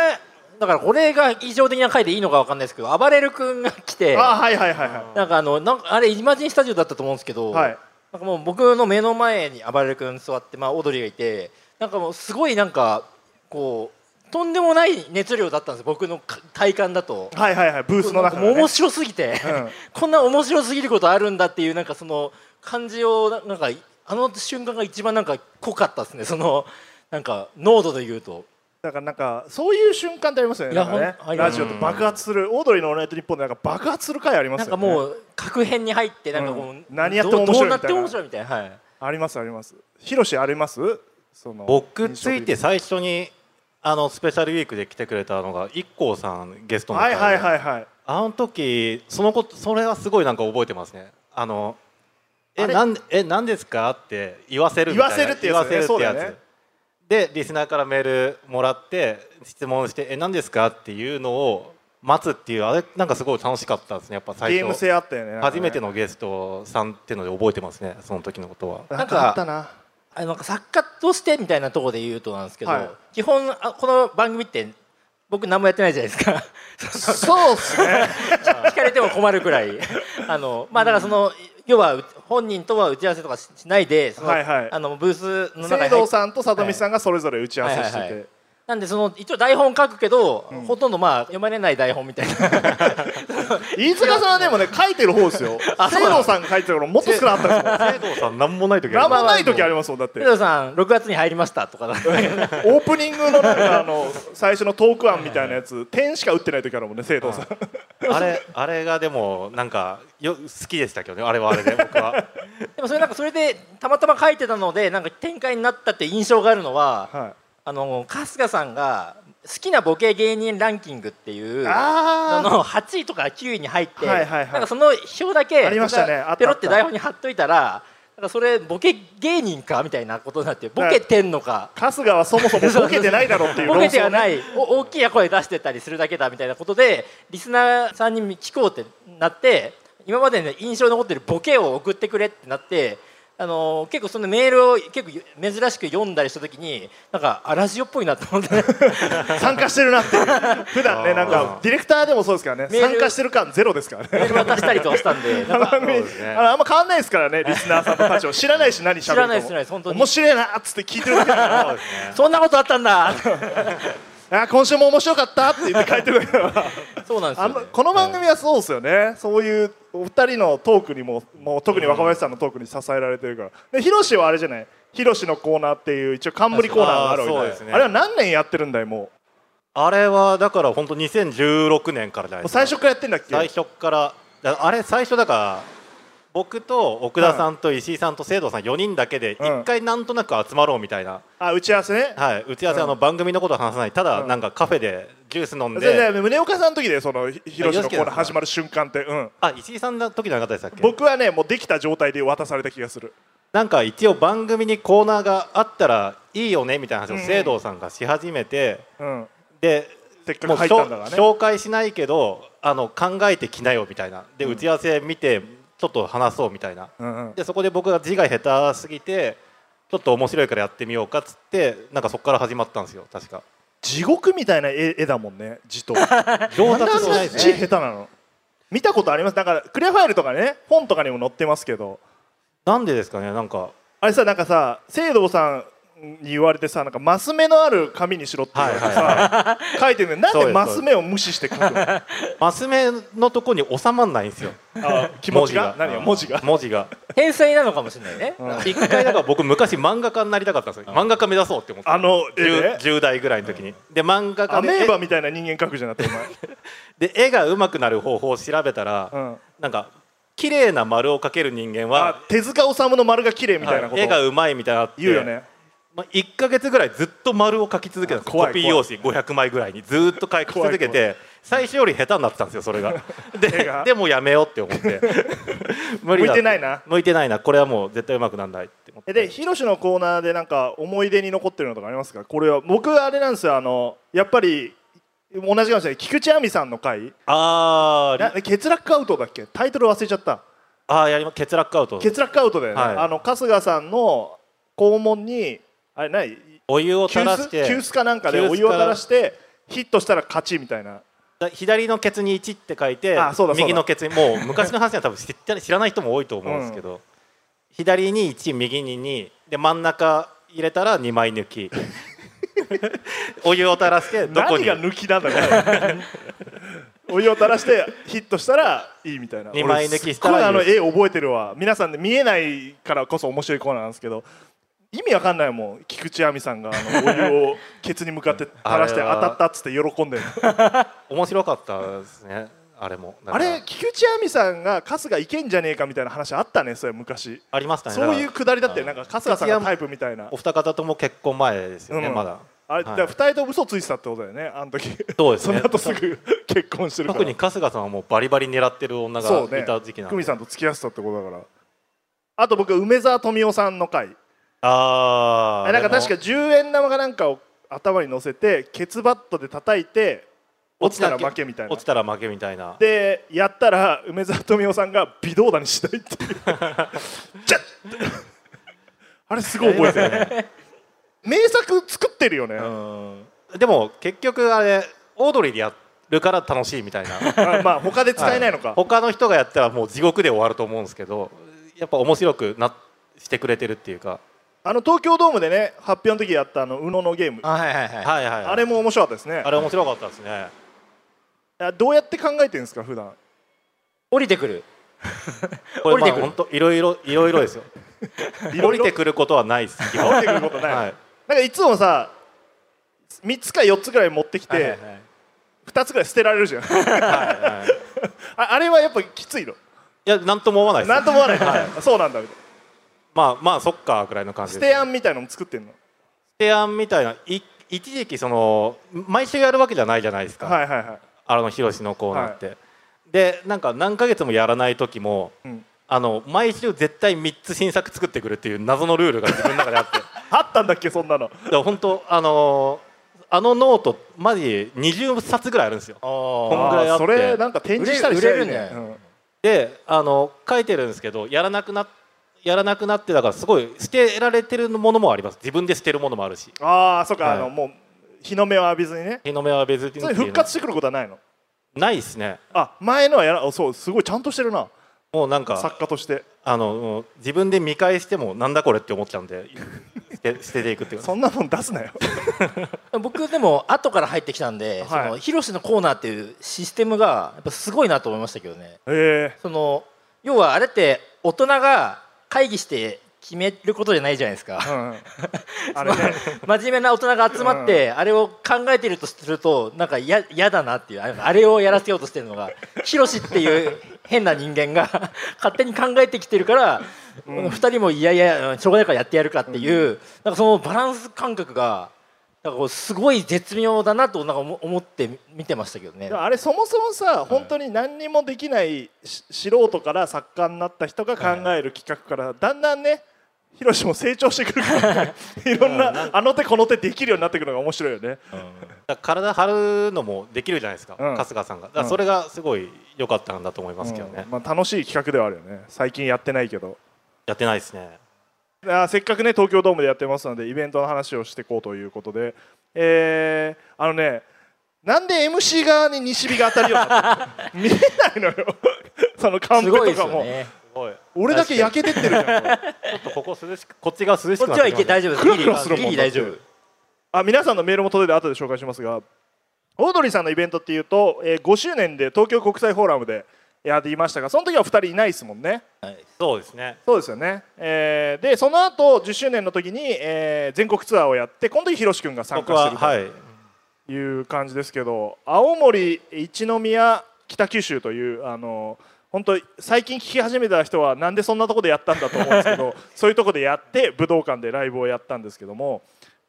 Speaker 3: だからこれが印象的な回でいいのかわかんないですけど暴れる君が来て
Speaker 1: あはいはいはいは
Speaker 3: なんかあのなんかあれイマジンスタジオだったと思うんですけど、
Speaker 1: いはい
Speaker 3: なんかもう僕の目の前に暴れる君座って、まあ、オードリーがいてなんかもうすごいなんかこうとんでもない熱量だったんです僕のか体感だと。
Speaker 1: はいはいはいブースの中
Speaker 3: も
Speaker 1: で、
Speaker 3: う
Speaker 1: ね
Speaker 3: 面、白すぎて、
Speaker 1: うん
Speaker 3: こんな面白すぎることあるんだっていうなんかその感じをななんかあの瞬間が一番なんか濃かったですねそのなんか濃度で言うと
Speaker 1: だからなんかそういう瞬間ってありますよね
Speaker 3: いや
Speaker 1: なんかね
Speaker 3: ほんありま
Speaker 1: ラ
Speaker 3: す
Speaker 1: ジオって爆発するオードリーの「オールナイトニッポン」でなんか爆発する回あります
Speaker 3: なん
Speaker 1: よ
Speaker 3: か
Speaker 1: ね
Speaker 3: もう格変に入ってなんかこう、
Speaker 1: うん何やっても面白いみたいな
Speaker 3: どうどうなっても面白いみたいなはい
Speaker 1: ありますありますヒロシありますその
Speaker 2: 僕ついて
Speaker 1: 印象
Speaker 2: 最初にあのスペシャルウィークで来てくれたのが IKKO さんゲスト
Speaker 1: 的
Speaker 2: の
Speaker 1: なはいはい
Speaker 2: い、
Speaker 1: はいはい
Speaker 2: あの時そのことそれはすごいなんか覚えてますねあのえ
Speaker 1: あれ
Speaker 2: なんえなんですかって言わせるみたいな
Speaker 1: 言わせるってやつね
Speaker 2: 言わせるってや
Speaker 1: そう
Speaker 2: つ
Speaker 1: だよね
Speaker 2: でリスナーからメールもらって質問してえ何ですかっていうのを待つっていうあれなんかすごい楽しかったですねやっぱ最
Speaker 1: ゲーム
Speaker 2: 初、
Speaker 1: 性あったよねなんかね
Speaker 2: 初めてのゲストさんっていうので覚えてますねその時のことは
Speaker 1: なんかあったな
Speaker 3: あのなんか作家としてみたいなところで言うとなんですけど、
Speaker 1: はい
Speaker 3: 基本あこの番組って僕何もやってないじゃないですか
Speaker 1: そうっすね
Speaker 3: 聞かれても困るくらい あのまあだからその、要はう本人とは打ち合わせとかししないでその、
Speaker 1: はいはい
Speaker 3: あのブースの中に
Speaker 1: 聖
Speaker 3: 入っ
Speaker 1: 堂さんと里見さんがそれぞれ打ち合わせしてて、
Speaker 3: はいはいはいなんでその一応台本書くけど、ほとんどまあ読まれない台本 みたいな
Speaker 1: 飯塚さんはでもね書いてる方ですよ聖堂さんが書いてた頃もっと少なかったです
Speaker 2: 生徒さん何もない時
Speaker 1: もん何
Speaker 2: あ
Speaker 1: もない時ありますもんだって
Speaker 3: ペドロさん6月に入りましたとかだ
Speaker 1: オープニングのなんかあの最初のトーク案みたいなやつ点しか打ってない時あるもんね聖堂さん
Speaker 2: あれあれがでもなんかよ好きでしたけどねあれはあれで僕は
Speaker 3: でもそれなんかそれでたまたま書いてたのでなんか展開になったって印象があるのは、
Speaker 1: は
Speaker 3: あの春日さんが好きなボケ芸人ランキングっていう
Speaker 1: い
Speaker 3: あ
Speaker 1: あ
Speaker 3: の8位とか9位に入って、
Speaker 1: はいはいはい
Speaker 3: なんかその表だけ
Speaker 1: ありましたね
Speaker 3: なんか
Speaker 1: あった
Speaker 3: ペロって台本に貼っといたらなんかそれボケ芸人かみたいなことになってボケてんのか。
Speaker 1: あ春日はそもそもボケてないだろうっていう
Speaker 3: ボケては
Speaker 1: 論
Speaker 3: ないお大きい声出してたりするだけだみたいなことでリスナーさんに聞こうってなって今までの印象に残ってるボケを送ってくれってなって。あのー結構そのメールを結構珍しく読んだりした時になんかあラジオっぽいなと思って
Speaker 1: 争参加してるなっていう普段ねなんかディレクターでもそうですからね
Speaker 3: メール
Speaker 1: 参加してる感ゼロですからね
Speaker 3: メール渡したりとかしたんでなんか
Speaker 1: 番組
Speaker 2: そうですね
Speaker 1: あのあんま変わんないですからねリスナーさんと立場知らないし何しゃべる
Speaker 3: 知らないです知らないです本当に
Speaker 1: 面白いなっつって聞いてるだけだから
Speaker 2: そうですね
Speaker 3: そんなことあった んだ
Speaker 1: あー今週も面白かったって言って書いてるだけだから
Speaker 3: そうなんです
Speaker 1: あ
Speaker 3: よ、
Speaker 1: ん
Speaker 3: ね
Speaker 1: ま、この番組はそうですよね、そういうお二人のトークにももう特に若林さんのトークに支えられてるからでヒロシはあれじゃないヒロシのコーナーっていう一応冠コーナーがあるわけじゃない
Speaker 2: あそうですね
Speaker 1: あれは何年やってるんだよも
Speaker 2: あれはだから本当2016年からじゃな
Speaker 1: うもう
Speaker 2: いですか
Speaker 1: 最初からやってんだっけ
Speaker 2: 最初からだあれ最初だから僕と奥田さんと石井さんと聖堂さん4人だけで
Speaker 1: うん
Speaker 2: 一回なんとなく集まろうみたいな、
Speaker 1: あ打ち合わせね、
Speaker 2: はい、打ち合わせあの番組のことは話さないただなんかカフェでジュース飲ん
Speaker 1: 全然
Speaker 2: で、
Speaker 1: 宗岡さんの時でそのひヒロシのコーナー
Speaker 2: あヒロシですか
Speaker 1: 始まる瞬間って、うん、
Speaker 2: あ石井さんの時じゃなかったでしたっけ
Speaker 1: 僕はねもうできた状態で渡された気がする
Speaker 2: なんか一応番組にコーナーがあったらいいよねみたいな話
Speaker 1: う
Speaker 2: を
Speaker 1: んうん
Speaker 2: 聖堂さんがし始めて、
Speaker 1: うん
Speaker 2: で
Speaker 1: せっか
Speaker 2: も
Speaker 1: く
Speaker 2: う
Speaker 1: 入ったんだからね
Speaker 2: 紹介しないけどあの考えてきなよみたいなで打ち合わせ見てちょっと話そうみたいな、
Speaker 1: うんうん
Speaker 2: でそこで僕が字が下手すぎてちょっと面白いからやってみようかっつってなんかそこから始まったんですよ確か
Speaker 1: 地獄みたいな絵絵だもんね字と
Speaker 2: 上
Speaker 1: なん
Speaker 2: 達
Speaker 1: で
Speaker 2: し
Speaker 1: あん
Speaker 2: な
Speaker 1: ない
Speaker 2: です
Speaker 1: 字
Speaker 2: ね
Speaker 1: 下手なの見たことありますだからクリアファイルとかね本とかにも載ってますけど
Speaker 2: なんでですかねなんか
Speaker 1: あれさなんかさ聖堂さんに言われてさなんかマス目のある紙にしろって言われてさ、書いてるのになん
Speaker 2: そう
Speaker 1: で
Speaker 2: です
Speaker 1: マス目を無視して書くの
Speaker 2: マス目のとこに収まんないんですよ
Speaker 1: あ気持ちが
Speaker 2: 文
Speaker 1: 何が文字が
Speaker 2: 文字が
Speaker 3: 天才なのかもしれないね、
Speaker 2: 一回だから僕昔漫画家になりたかったんですよ漫画家目指そうって思って
Speaker 1: あの絵で
Speaker 2: 10, 10代ぐらいの時にで漫画
Speaker 1: ア
Speaker 2: 家で
Speaker 1: メーバみたいな人間書くじゃなくてお前、
Speaker 2: 絵で絵が上手くなる方法を調べたら、
Speaker 1: うん、
Speaker 2: なんか綺麗な丸を描ける人間は
Speaker 1: あ手塚治虫の丸が綺麗みたいなこ
Speaker 2: 絵が
Speaker 1: と
Speaker 2: うまいみたいなのあって
Speaker 1: 言うよね
Speaker 2: まあ、1か月ぐらいずっと丸を描き続けたんです
Speaker 1: あ怖い
Speaker 2: コピー用紙500枚ぐらいにずっと描き続けて
Speaker 1: 怖い
Speaker 2: 最初より下手になってたんですよそ れが
Speaker 1: 絵
Speaker 2: で
Speaker 1: が
Speaker 2: でもやめようって思って 無
Speaker 1: 向い
Speaker 2: だって
Speaker 1: ないな
Speaker 2: 向いてないなこれはもう絶対うまくならないって思って
Speaker 1: えでヒロシのコーナーでなんか思い出に残ってるのとかありますかこれは僕あれなんですよあのやっぱり同じかもしれない菊池亜美さんの回
Speaker 2: あ
Speaker 1: な
Speaker 2: ー
Speaker 1: 欠落アウトだっけタイトル忘れちゃった
Speaker 2: あーやりま欠落アウト
Speaker 1: 欠落アウトだよね、
Speaker 2: はい
Speaker 1: あの春日さんの肛門にあれ何
Speaker 2: お湯を垂
Speaker 1: 急
Speaker 2: らして
Speaker 1: 須急須かなんかで
Speaker 2: 急須
Speaker 1: お湯を垂らしてヒットしたら勝ちみたいな
Speaker 2: 左のケツに1って書いて
Speaker 1: あそうだそうだ
Speaker 2: 右のケツにもう昔の話には多分知って知らない人も多いと思うんですけど、左に1右に2で真ん中入れたら2枚抜き お湯を垂らしてどこ
Speaker 1: 何
Speaker 2: に
Speaker 1: が抜きなんだこれ お湯を垂らしてヒットしたらいいみたいな
Speaker 2: 二枚抜きしたら
Speaker 1: 俺すっご
Speaker 2: いい
Speaker 1: いあの絵覚えてるわ皆さんで見えないからこそ面白いコーナーなんですけど意味わかんないもん菊池亜美さんがあのお湯をケツに向かって垂らして
Speaker 2: あ
Speaker 1: 当
Speaker 2: れは
Speaker 1: たったっつって喜んでる
Speaker 2: 面白かったですねあれもだ
Speaker 1: あ
Speaker 2: から
Speaker 1: れ菊池亜美さんが春日いけんじゃねえかみたいな話あったねそれ昔
Speaker 2: ありましたね
Speaker 1: そういう
Speaker 2: だか
Speaker 1: くだりだってな
Speaker 2: だ
Speaker 1: んか春日さんがタイプみたいな
Speaker 2: らお二方とも結婚前ですよね、
Speaker 1: うん
Speaker 2: まだ
Speaker 1: あれ、
Speaker 2: はい
Speaker 1: だから2人とも嘘ついてたってことだよねあの時
Speaker 2: そうです
Speaker 1: そ
Speaker 2: ね
Speaker 1: の後すぐ結婚してるから
Speaker 2: 特に春日さんはもうバリバリ狙ってる女
Speaker 1: そう
Speaker 2: が
Speaker 1: ね
Speaker 2: いた時期なん
Speaker 1: 久
Speaker 2: で、
Speaker 1: 美さんと付き合ってたってことだからあと僕梅沢富美男さんの回
Speaker 2: ああ
Speaker 1: なんか確か10円玉かなんかを頭に乗せてケツバットで叩いて落ちたら負けみたいな
Speaker 2: 落ちたら負けみたいな
Speaker 1: でやったら梅沢富美男さんが微動だにしないっていう じゃっあれすごい覚えてるよね名作作ってるよね、
Speaker 2: でも結局あれオードリーでやるから楽しいみたいな
Speaker 1: あまあ他で 使えないのか、
Speaker 2: は他の人がやったらもう地獄で終わると思うんですけどやっぱ面白くなしてくれてるっていうか
Speaker 1: あの東京ドームでね発表の時やったあの UNO のゲームあ
Speaker 3: はいはいはい
Speaker 2: はいはい
Speaker 1: れも面白かったですね
Speaker 2: あれ面白かったですね
Speaker 1: あどうやって考えてるんですか普段
Speaker 3: 降りてくる
Speaker 2: これ
Speaker 3: 降り
Speaker 2: ま
Speaker 3: て
Speaker 2: あ
Speaker 3: くる
Speaker 2: 本当いろい ろいろいろですよ降りてくることはないです基本
Speaker 1: 降りてくることない、
Speaker 2: はい
Speaker 1: なんかいつもさ3つか4つぐらい持ってきて、
Speaker 2: はいはいはい
Speaker 1: 2つぐらい捨てられるじゃんあ
Speaker 2: はいはいい
Speaker 1: あれはやっぱきついの
Speaker 2: やなんとも思わないで
Speaker 1: なん
Speaker 2: す
Speaker 1: とも思わない、そうなんだみたいな
Speaker 2: まあまあそっかぐらいの感じ
Speaker 1: 捨
Speaker 2: です
Speaker 1: て案みたいのも作ってんの
Speaker 2: 提案みたいない一時期その毎週やるわけじゃないじゃないですか、
Speaker 1: はいはいはい
Speaker 2: あのヒロシのコーナーって、でなんか何ヶ月もやらない時も、
Speaker 1: ん
Speaker 2: あの毎週絶対3つ新作作ってくるっていう謎のルールが自分の中であって だか
Speaker 1: あったんだっけそんなの
Speaker 2: ら本当あのーあのノートマジ20冊ぐらいあるんですよこんぐらいあ
Speaker 1: あ
Speaker 2: っ
Speaker 1: ー
Speaker 2: て
Speaker 1: それなんか展示したりして
Speaker 3: 売れる売れるね
Speaker 2: であの書いてるんですけどやらなくなやらなくなってだからすごい捨てられてるものもあります自分で捨てるものもあるし
Speaker 1: ああそっか、
Speaker 2: はい
Speaker 1: あのもう日の目を浴びずにね
Speaker 2: 日の目は別にっていう
Speaker 1: そ
Speaker 2: の
Speaker 1: れ復活してくることはないの
Speaker 2: ないですね
Speaker 1: あ前のはやらあそうすごいちゃんとしてるな
Speaker 2: もうなんか
Speaker 1: 作家として
Speaker 2: あのもう自分で見返してもなんだこれって思っちゃうんで捨て捨てていくっていう
Speaker 1: そんなもん出すなよ
Speaker 3: 僕でも後から入ってきたんで、
Speaker 1: はい
Speaker 3: その広瀬のコーナーっていうシステムがやっぱすごいなと思いましたけどね
Speaker 1: え
Speaker 3: その要はあれって大人が会議して決めることじゃないじゃないです
Speaker 1: え
Speaker 3: か
Speaker 1: うんあ れね
Speaker 3: 真面目な大人が集まって、あれを考えてるとするとなんかや嫌だなっていうあれあれをやらせようとしてるのが広瀬っていう変な人間が 勝手に考えてきてるから、二人もいやいやしょうがないからやってやるかっていう、なんかそのバランス感覚がなんかこうすごい絶妙だなとなんか思思って見てましたけどね
Speaker 1: で。もあれそもそもさ本当に何にもできないし素人から作家になった人が考える企画からだんだんねヒロシも成長してくるからね いろんなあの手この手できるようになってくるのが面白いよね
Speaker 2: だから体張るのもできるじゃないですか、
Speaker 1: うん
Speaker 2: 春日さんがだからそれがすごい良かったんだと思いますけどね、
Speaker 1: うんまあ楽しい企画ではあるよね最近やってないけど
Speaker 2: やってないですね
Speaker 1: あーせっかくね東京ドームでやってますのでイベントの話をしていこうということでえーあのねなんで MC 側に西日が当たるようになったの 見えないのよそのカンペ
Speaker 3: すごい
Speaker 1: と
Speaker 3: です
Speaker 1: か
Speaker 3: よ
Speaker 1: も、
Speaker 3: ね。
Speaker 2: すごい
Speaker 1: 俺だけ焼けてってるじゃんこれ
Speaker 2: ちょっとここ涼しくこっちが涼しく
Speaker 3: こっ
Speaker 2: な
Speaker 3: ちは
Speaker 2: って
Speaker 3: いけ
Speaker 2: きま
Speaker 3: 大
Speaker 2: し
Speaker 3: 丈夫です。
Speaker 1: クラクラするもん
Speaker 3: ギリ大丈
Speaker 1: だっ
Speaker 3: 夫
Speaker 1: て。あ皆さんのメールも届いて後で紹介しますがオードリーさんのイベントっていうと、えー5周年で東京国際フォーラムでやっていましたがその時は2人いないですもんね
Speaker 2: たそうですね
Speaker 1: そうですよね、えーでその後10周年の時に、えー全国ツアーをやってこの時ひろし君が参
Speaker 2: 僕
Speaker 1: 加して
Speaker 2: は
Speaker 1: る
Speaker 2: はい
Speaker 1: という感じですけど、青森一宮北九州というあの本当最近聞き始めた人はなんでそんなとこでやったんだと思うんですけ どそういうとこでやって武道館でライブをやったんですけども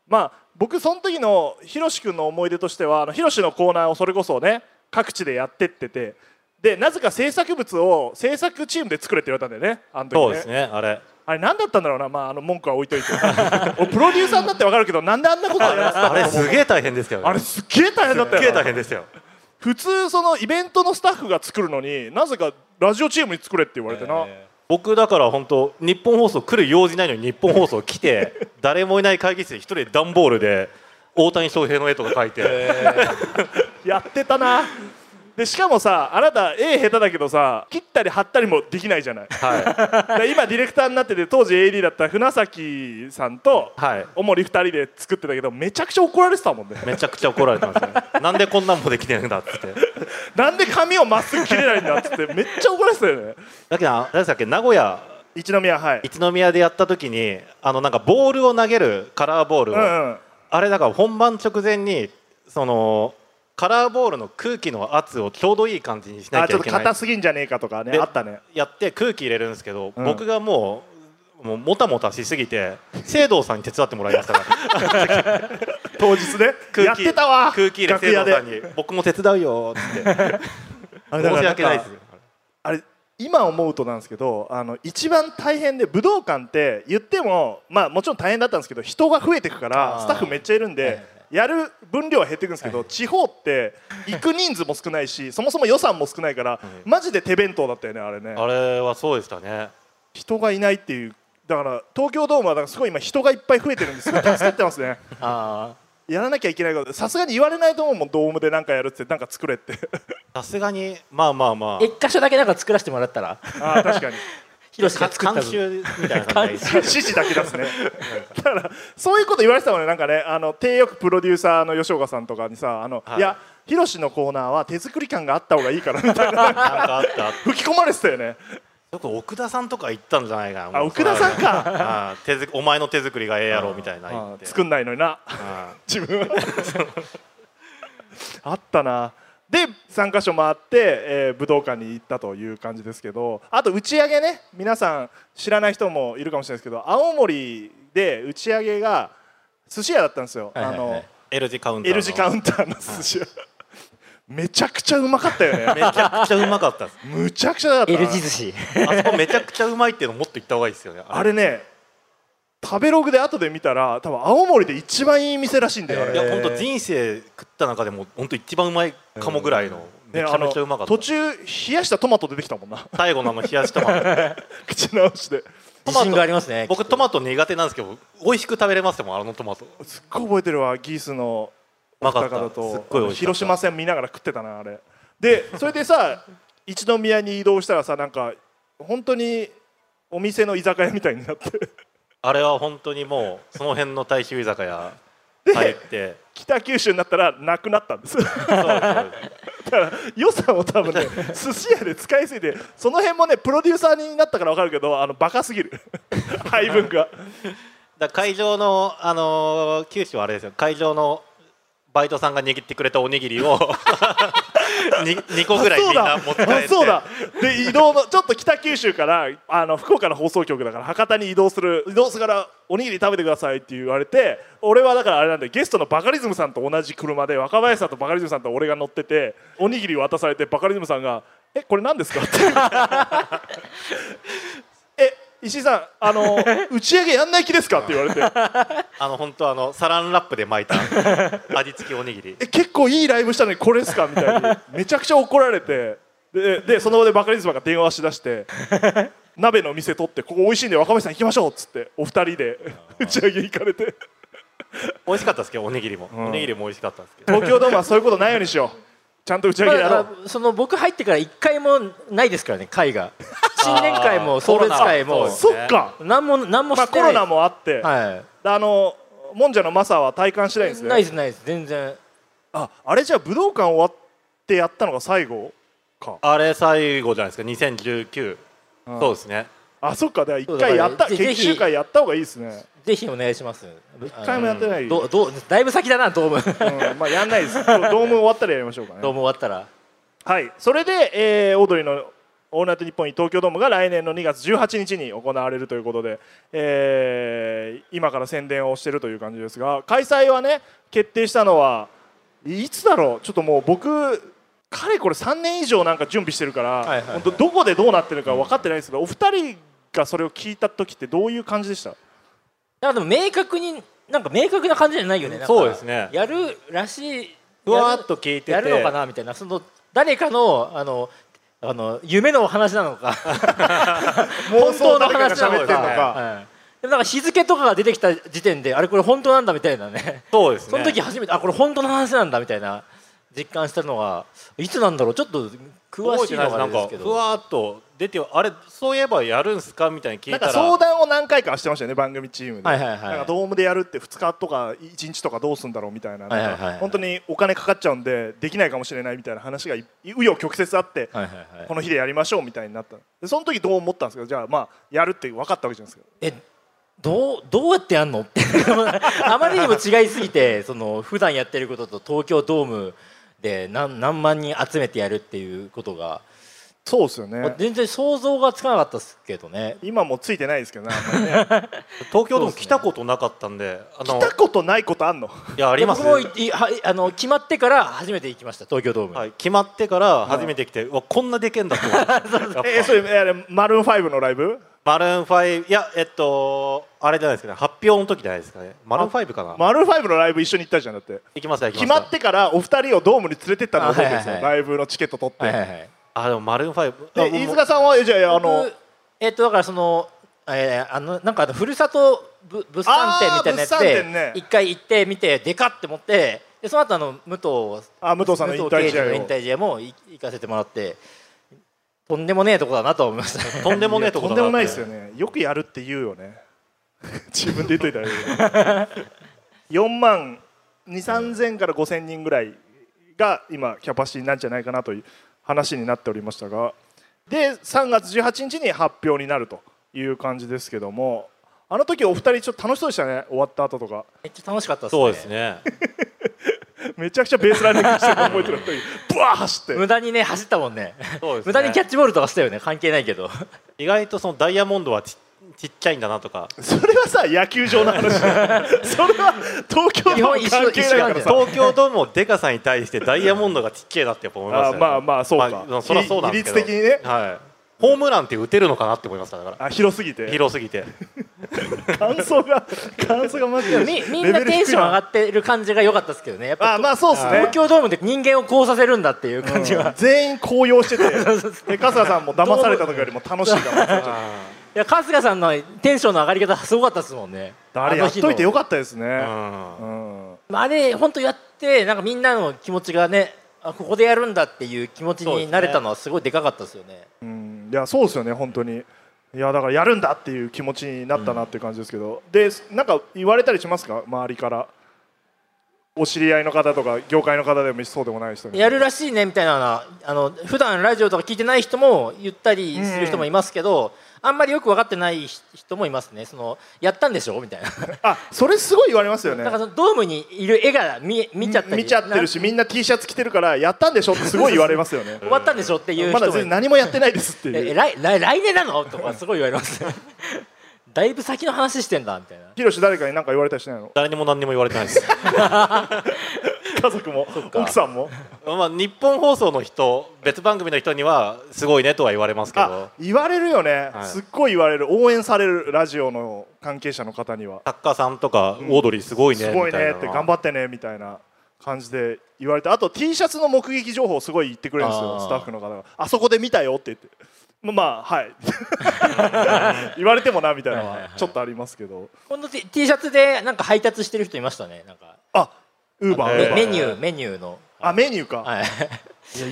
Speaker 1: まあ僕その時のひろし君の思い出としてはあのひろしのコーナーをそれこそね各地でやってっててでなぜか制作物を制作チームで作れって言われたんだよねあの時ね
Speaker 2: そうですねあれ
Speaker 1: あれ何だったんだろうな、まあ、あの文句は置いといて おプロデューサーになって分かるけどなんであんなことやらせ た
Speaker 2: あれすげえ大変ですけどね
Speaker 1: あれすっげえ大変だった
Speaker 2: すっげえ
Speaker 1: よ
Speaker 2: 大
Speaker 1: な
Speaker 2: 変ですよ
Speaker 1: 普通そのイベントのスタッフが作るのになぜかラジオチームに作れって言われてな、
Speaker 2: 僕だから本当日本放送来る用事ないのに日本放送来 て誰もいない会議室に一人で段ボールで大谷翔平の絵とか描いて、
Speaker 1: やってたなでしかもさあなた絵下手だけどさ切ったり貼ったりもできないじ ゃない
Speaker 2: は
Speaker 1: だから今ディレクターになってて当時 AD だった船崎さんと
Speaker 2: い、はい、
Speaker 1: 主に2人で作ってたけどめちゃくちゃ怒られてたもんね
Speaker 2: めちゃくちゃ怒られた んですよねなんでこんなんもできねえんだっつって
Speaker 1: なんで髪をまっすぐ切れないんだっつってめっちゃ怒られてたよね
Speaker 2: だけどあれでしたっけ名古屋
Speaker 1: 一宮はい
Speaker 2: 一宮でやった時にあのなんかボールを投げるカラーボール
Speaker 1: う
Speaker 2: を、
Speaker 1: んうん
Speaker 2: あれだから本番直前にそのカラーボールの空気の圧をちょうどいい感じにしな
Speaker 1: あ
Speaker 2: き
Speaker 1: ち
Speaker 2: ゃ
Speaker 1: ょっと
Speaker 2: いけない
Speaker 1: 硬すぎんじゃねえかとかね
Speaker 2: で
Speaker 1: あったね
Speaker 2: やって空気入れるんですけど、
Speaker 1: うん
Speaker 2: 僕がもうもうもたもたしすぎて聖堂さんに手伝ってもらいましたから
Speaker 1: 当日ねや
Speaker 2: 空
Speaker 1: っ
Speaker 2: 気
Speaker 1: てたわ
Speaker 2: 空気入れ
Speaker 1: 楽
Speaker 2: 聖
Speaker 1: 屋
Speaker 2: 堂
Speaker 1: で
Speaker 2: さんに僕も手伝うよーっつって
Speaker 1: あ れだか
Speaker 2: 申し
Speaker 1: ら
Speaker 2: 訳ないです
Speaker 1: んかあれ今思うとなんですけどあの一番大変で武道館って言ってもまあもちろん大変だったんですけど人が増えてくから
Speaker 3: あー
Speaker 1: スタッフめっちゃいるんで、
Speaker 3: はいはい
Speaker 1: やる分量は減っていくんですけど、地方って行く人数も少ないしそもそも予算も少ないから、マジで手弁当だったよねあれね
Speaker 2: あれはそうでしたね
Speaker 1: 人がいないっていうだから東京ドームはだからすごい今人がいっぱい増えてるんですごい助かってますね
Speaker 3: あ
Speaker 1: やらなきゃいけないことさすがに言われないと思うもんドームでなんかやるっつってなんか作れって
Speaker 2: さすがにまあまあま
Speaker 3: あ
Speaker 2: あ
Speaker 3: 一箇所だけなんか作らせてもらった ら
Speaker 1: あー確 かに
Speaker 3: ヒロシが作った
Speaker 2: 監
Speaker 3: ぞ
Speaker 2: 修みたいな感じで
Speaker 1: 指示だけ出すね だからそういうこと言われてたもんねなんかねあの低欲プロデューサーの吉岡さんとかにさ「あの
Speaker 2: はい
Speaker 1: い、やヒロシのコーナーは手作り感があった方がいいから」みたい
Speaker 2: なん
Speaker 1: な
Speaker 2: かあったあった
Speaker 1: 吹き込まれてたよね
Speaker 2: よく奥田さんとか言ったんじゃないかな
Speaker 1: あ
Speaker 2: もう
Speaker 1: 奥田さんか
Speaker 2: あー手づお前の手作りがええやろみたいな言
Speaker 1: あ
Speaker 2: っ
Speaker 1: ー
Speaker 2: て
Speaker 1: 作んないのにな
Speaker 2: あ
Speaker 1: 自分はあったなで3か所回って、えー武道館に行ったという感じですけどあと打ち上げね皆さん知らない人もいるかもしれないですけど青森で打ち上げが寿司屋だったんですよ、
Speaker 3: はいはいはい
Speaker 1: あの
Speaker 2: L 字カウンターの
Speaker 1: L 字カウンターの寿司屋めちゃくちゃうまかったよね
Speaker 2: めちゃくちゃうまかったです
Speaker 1: むちゃくちゃだったな
Speaker 3: L 字寿 司
Speaker 2: あそこめちゃくちゃうまいっていうのもっと言った方がいいですよね
Speaker 1: あれね食べログで後で見たら多分青森で一番いい店らしいんだよあれ
Speaker 2: いや本当人生食った中でも本当一番うまいかもぐらいのめ
Speaker 1: ね
Speaker 2: ち
Speaker 1: あ
Speaker 2: ゃめ
Speaker 1: の
Speaker 2: ちゃうまかった
Speaker 1: 途中冷やしたトマト出てきたもんな
Speaker 2: 最後のあの冷やしトマト
Speaker 1: 口直しで
Speaker 3: 自信がありますね
Speaker 2: 僕トマト苦手なんですけど美味しく食べれますもんあのトマト
Speaker 1: すっごい覚えてるわギースのお
Speaker 2: うまか
Speaker 1: 二
Speaker 2: った
Speaker 1: 方
Speaker 2: すっ
Speaker 1: と
Speaker 2: ごい美味しかった
Speaker 1: 広島戦見ながら食ってたなあれでそれでさ 一宮に移動したらさなんか本当にお店の居酒屋みたいになって
Speaker 2: あれは本当にもうその辺の大衆居酒 屋入って
Speaker 1: 北九州になったらなくなったんですだ
Speaker 2: そうそう
Speaker 1: から予算を多分 ね寿司屋で使いすぎてその辺もねプロデューサーになったから分かるけどあのバカすぎ る配分が
Speaker 2: だから会場の、あのー九州はあれですよ会場のバイトさんが握ってくれたおにぎりを に2個ぐらいみんな持って帰って
Speaker 1: あそうだで移動のちょっと北九州からあの福岡の放送局だから博多に移動する移動するからおにぎり食べてくださいって言われて俺はだからあれなんでゲストのバカリズムさんと同じ車で若林さんとバカリズムさんと俺が乗ってておにぎり渡されてバカリズムさんが「えこれ何ですか?」 って「え石井さんあの打ち上げやんない気ですか?」って言われて
Speaker 2: あの本当あのサランラップで巻い た味付きおにぎり
Speaker 1: 「え結構いいライブしたのにこれですか?」みたいにめちゃくちゃ怒られてででその場でバカリズムが電話しだ して「鍋の店取ってここ美味しいんで若林さん行きましょう」っつってお二人で打ち上げ行かれて
Speaker 2: 美味しかったですけどおにぎりも、おにぎりも美味しかったですけど
Speaker 1: 東京ドームはそういうことないようにしようちゃんと打ち上げやろ
Speaker 3: まあ
Speaker 1: う。
Speaker 3: その僕入ってから一回もないですからね会 が新年会も送別会
Speaker 2: コロ
Speaker 3: も
Speaker 2: ナは
Speaker 1: そっか、
Speaker 3: 何も何も
Speaker 1: まあ、
Speaker 3: して
Speaker 1: コ
Speaker 3: な
Speaker 1: ロ
Speaker 3: い
Speaker 1: ナもあって、
Speaker 3: は
Speaker 1: あのもんじゃのマサは体感しないんです
Speaker 3: いない
Speaker 1: ね
Speaker 3: ですないです全然
Speaker 1: ああれじゃあ武道館終わってやったのが最後か
Speaker 2: あれ最後じゃないですか2019、そうですね
Speaker 1: あそっかでは一
Speaker 3: そうだか
Speaker 1: 回
Speaker 3: ら
Speaker 1: やった
Speaker 3: ぜぜひ
Speaker 1: 研修会やった方がいいですね
Speaker 3: ぜひお願いします
Speaker 1: 一回もやってない、
Speaker 3: あのどうどうだいぶ先だなドーム
Speaker 1: うんまあやんないです。ドーム終わったらやりましょうか
Speaker 3: ドー
Speaker 1: ね。
Speaker 3: ム終わったら
Speaker 1: はい。それで、えーオードリーのオールナイトニッポンに東京ドームが来年の2月18日に行われるということで、えー今から宣伝をしてるという感じですが、開催はね決定したのはいつだろう。ちょっともう僕。かれこれ3年以上なんか準備してるから、
Speaker 3: いはいはい
Speaker 1: 本当どこでどうなってるか分かってないですけどお二人がそれを聞いた時ってどういう感じでした
Speaker 3: なんかでも明確になんか明確な感じじゃないよねなんか
Speaker 2: そうですね
Speaker 3: やるらしい
Speaker 2: ふわっと聞いてて
Speaker 3: やるやるのかなみたいなその誰かのあのあの夢のお話なのか
Speaker 1: 妄
Speaker 3: 本
Speaker 1: 想
Speaker 3: 当の
Speaker 1: 誰かが
Speaker 3: 話な
Speaker 1: 喋っ
Speaker 3: の
Speaker 1: て
Speaker 3: か
Speaker 1: んのか
Speaker 3: はいでもなんか日付とかが出てきた時点であれこれ本当なんだみたいなね
Speaker 2: そうですね
Speaker 3: その時初めてあこれ本当の話なんだみたいな実感したのはいつなんだろうちょっと詳
Speaker 2: 覚え
Speaker 3: してい
Speaker 2: ないです
Speaker 3: のが
Speaker 2: な
Speaker 3: あ
Speaker 2: ん
Speaker 3: れで
Speaker 2: か
Speaker 3: すけ
Speaker 2: ふ
Speaker 3: ど
Speaker 2: わっと出てあれそういえばやるんすかみたいに聞い
Speaker 1: なん
Speaker 2: た
Speaker 1: から相談を何回かしてましたよね番組チームで、
Speaker 3: はいはいはい
Speaker 1: なんかドームでやるって2日とか1日とかどうすんだろうみたいな,、
Speaker 3: はいはいはい
Speaker 1: 本当にお金かかっちゃうんでできないかもしれないみたいな話がい紆余曲折あって、
Speaker 3: はいはいはい
Speaker 1: この日でやりましょうみたいになったでその時どう思ったんですかじゃあまあやるって分かったわけじゃないですか
Speaker 3: えどうどうやってやんのってあまりにも違いすぎてその普段やってることと東京ドームで何何万人集めてやるっていうことが、
Speaker 1: そうですよ
Speaker 3: まあ
Speaker 1: ね
Speaker 3: 全然想像がつかなかったですけどね
Speaker 1: 今もついてないですけどねあんまりね
Speaker 2: 東京で
Speaker 3: そう
Speaker 2: も
Speaker 3: ですね
Speaker 2: 来たことなかったんであの
Speaker 1: 来たことないことあんの
Speaker 2: いやあります
Speaker 3: 僕もいいはいあの決まってから初めて行きました東京ドームに、
Speaker 2: はい、決まってから初めて来て、うわこんなでけんだと思って
Speaker 1: えー、それえーあれマルーン5のライブ
Speaker 2: マルーン5いやえっとあれじゃないですかね発表の時じゃないですかねマルーン5かな、
Speaker 1: マルーン5のライブ一緒に行ったじゃんだって
Speaker 2: 行きました行
Speaker 1: 決
Speaker 2: きま
Speaker 1: ま
Speaker 2: した
Speaker 1: ってからお二人をドームに連れてったのを覚えてるんですよ、
Speaker 3: あはいは
Speaker 1: ライブのチケット取って、
Speaker 3: はいはいはい
Speaker 2: あでもマルーン5あ
Speaker 1: で
Speaker 2: もう
Speaker 1: 飯塚さんはえじゃああの
Speaker 3: 僕えっとだからその,、えーあのなんかあのふるさとぶ物産展みたいなやつ
Speaker 1: あー物産展ね
Speaker 3: で一回行って見てでかって思ってでその後あの武藤
Speaker 1: あ武藤さんの引退試合を
Speaker 3: 武藤敬司の引退試合もい行かせてもらってとんでもねえとこだなと思いましたね
Speaker 2: とんでもねえとことだ
Speaker 1: んでもない
Speaker 2: っ
Speaker 1: で
Speaker 2: て
Speaker 1: すよねよくやるって言うよね 自分で言っといたら4万2 3千から5千人ぐらいが今キャパシティなんじゃないかなという話になっておりましたがで3月18日に発表になるという感じですけどもあの時お二人ちょっと楽しそうでしたね終わった後とか
Speaker 3: めっちゃ楽しかったですね
Speaker 2: そうですね
Speaker 1: めちゃくちゃベースランニングしてるの覚えてる 時ブワー走って
Speaker 3: 無駄にね走ったもんね
Speaker 2: そうですね
Speaker 3: 無駄にキャッチボールとかしたよね関係ないけど
Speaker 2: 意外とそのダイヤモンドはちちっちゃいんだなとか
Speaker 1: それはさ野球場の話だよそれは東京とは関係ないから
Speaker 3: 基本一緒一緒なんだ
Speaker 1: さ
Speaker 3: よ
Speaker 2: 東京ドームをデカさんに対してダイヤモンドがちっちゃいなってやっぱ思いました
Speaker 1: あ
Speaker 2: ね
Speaker 1: まあまあそうか、
Speaker 2: まあそりゃそうなんですけ
Speaker 1: 比率
Speaker 2: ど
Speaker 1: 的にね
Speaker 2: はい、ホームランって打てるのかなって思いましただから
Speaker 1: あ広すぎて
Speaker 2: 広すぎて
Speaker 1: 感想が感想がマジで
Speaker 3: みみんなテンション上がってる感じが良かったですけどねやっぱ
Speaker 1: あまあそうっすね
Speaker 3: 東京ドームで人間をこうさせるんだっていう感じは、い
Speaker 1: 全員高揚しててで春日さんも騙された時よりも楽しいから
Speaker 3: や春日さんのテンションの上がり方すごかったですもんね
Speaker 1: あれやっといてよかったです
Speaker 2: う
Speaker 1: ね、
Speaker 2: ん
Speaker 1: うん
Speaker 3: あれ本当やってなんかみんなの気持ちがねあここでやるんだっていう気持ちになれたのはすごいでかかったですよね。
Speaker 1: うん、いやそうですよね本当にいやだからやるんだっていう気持ちになったなっていう感じですけど、でなんか言われたりしますか周りからお知り合いの方とか業界の方でもいいしそうでもない人に
Speaker 3: やるらしいねみたいなのはあの普段ラジオとか聞いてない人も言ったりする人もいますけど、あんまりよく分かってない人もいますねそのやったんでしょみたいな
Speaker 1: あそれすごい言われますよね
Speaker 3: なんかそのドームにいる絵が見え見ちゃったり
Speaker 1: 見ちゃってるしみんな T シャツ着てるからやったんでしょってすごい言われますよね
Speaker 3: 終わったんでしょっていう
Speaker 1: ま
Speaker 3: 人
Speaker 1: だ
Speaker 3: も
Speaker 1: 全然何もやってないですってい
Speaker 3: え
Speaker 1: う
Speaker 3: 来来来年なのとかすごい言われますねだいぶ先の話してんだみたいな
Speaker 1: ヒロシ誰かに何か言われたりしないの
Speaker 2: 誰にも何にも言われてないです
Speaker 1: 家族も奥さんも
Speaker 2: まあ、日本放送の人別番組の人にはすごいねとは言われますけ
Speaker 1: あ
Speaker 2: ど
Speaker 1: 言われるよね、
Speaker 2: はい
Speaker 1: すっごい言われる応援されるラジオの関係者の方には
Speaker 2: 作家さんとかオードリーすごいね
Speaker 1: す
Speaker 2: み
Speaker 1: ごい
Speaker 2: たい
Speaker 1: ね
Speaker 2: な
Speaker 1: って頑張ってねみたいな感じで言われてあと T シャツの目撃情報をすごい言ってくれるんですよ
Speaker 3: あー
Speaker 1: スタッフの方があそこで見たよって言ってまあまあはい言われてもなみたいなの
Speaker 3: はいはい
Speaker 1: は
Speaker 3: はい
Speaker 1: ちょっとありますけど
Speaker 3: この T, T シャツでなんか配達してる人いましたねなんか
Speaker 1: あウーバ
Speaker 2: え
Speaker 1: ー
Speaker 3: メ
Speaker 2: ー
Speaker 3: メニューメニューの
Speaker 1: あメニューか
Speaker 3: はい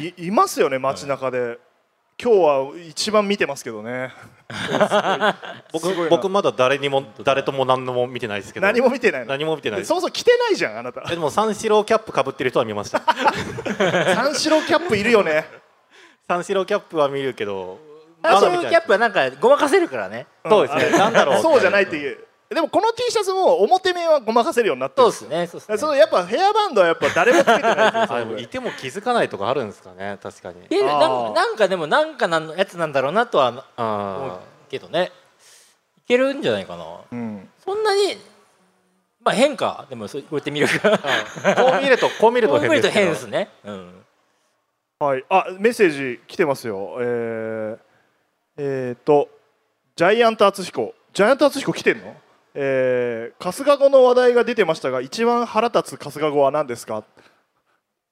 Speaker 1: いやいいますよね街中で、今日は一番見てますけどねすごいな
Speaker 2: 僕僕まだ誰にも誰とも何も見てないですけど
Speaker 1: 何も見てないの
Speaker 2: 何も見てないです
Speaker 1: そもそも着てないじゃんあなた
Speaker 2: えでも三四郎キャップかぶってる人は見ました
Speaker 1: 三四郎キャップいるよね
Speaker 2: 三四郎キャップは見るけど
Speaker 3: あ
Speaker 2: まだ
Speaker 3: そう
Speaker 2: 見
Speaker 3: い
Speaker 2: てな
Speaker 3: う
Speaker 2: い
Speaker 3: キャップはなんかごまかせるからね
Speaker 2: そうですねなんだろう
Speaker 1: そうじゃないっていうでもこの T シャツも表面はごまかせるようになって
Speaker 3: そ
Speaker 1: る
Speaker 3: うですねそうですね
Speaker 1: そのやっぱヘアバンドはやっぱ誰もつけてないですよ
Speaker 2: あで
Speaker 1: そ
Speaker 2: も
Speaker 1: れ
Speaker 2: いても気づかないとかあるんですかね確かに
Speaker 3: でな
Speaker 1: あー
Speaker 3: んなんかでもなんかなんのやつなんだろうなとは思う
Speaker 2: あ
Speaker 3: けどねいけるんじゃないかな
Speaker 1: うん
Speaker 3: そんなにまあ変かでもそうこうやって見るからこ
Speaker 2: ーこう見るとこう 見ると
Speaker 3: う見
Speaker 2: 変
Speaker 3: る
Speaker 2: で
Speaker 3: と
Speaker 2: すけ
Speaker 3: 変
Speaker 2: ど
Speaker 3: ですねうん
Speaker 1: はいあメッセージ来てますよえー、えーとジャイアント厚彦ジャイアント厚彦来てんのえー、春日語の話題が出てましたが一番腹立つ春日語は何ですか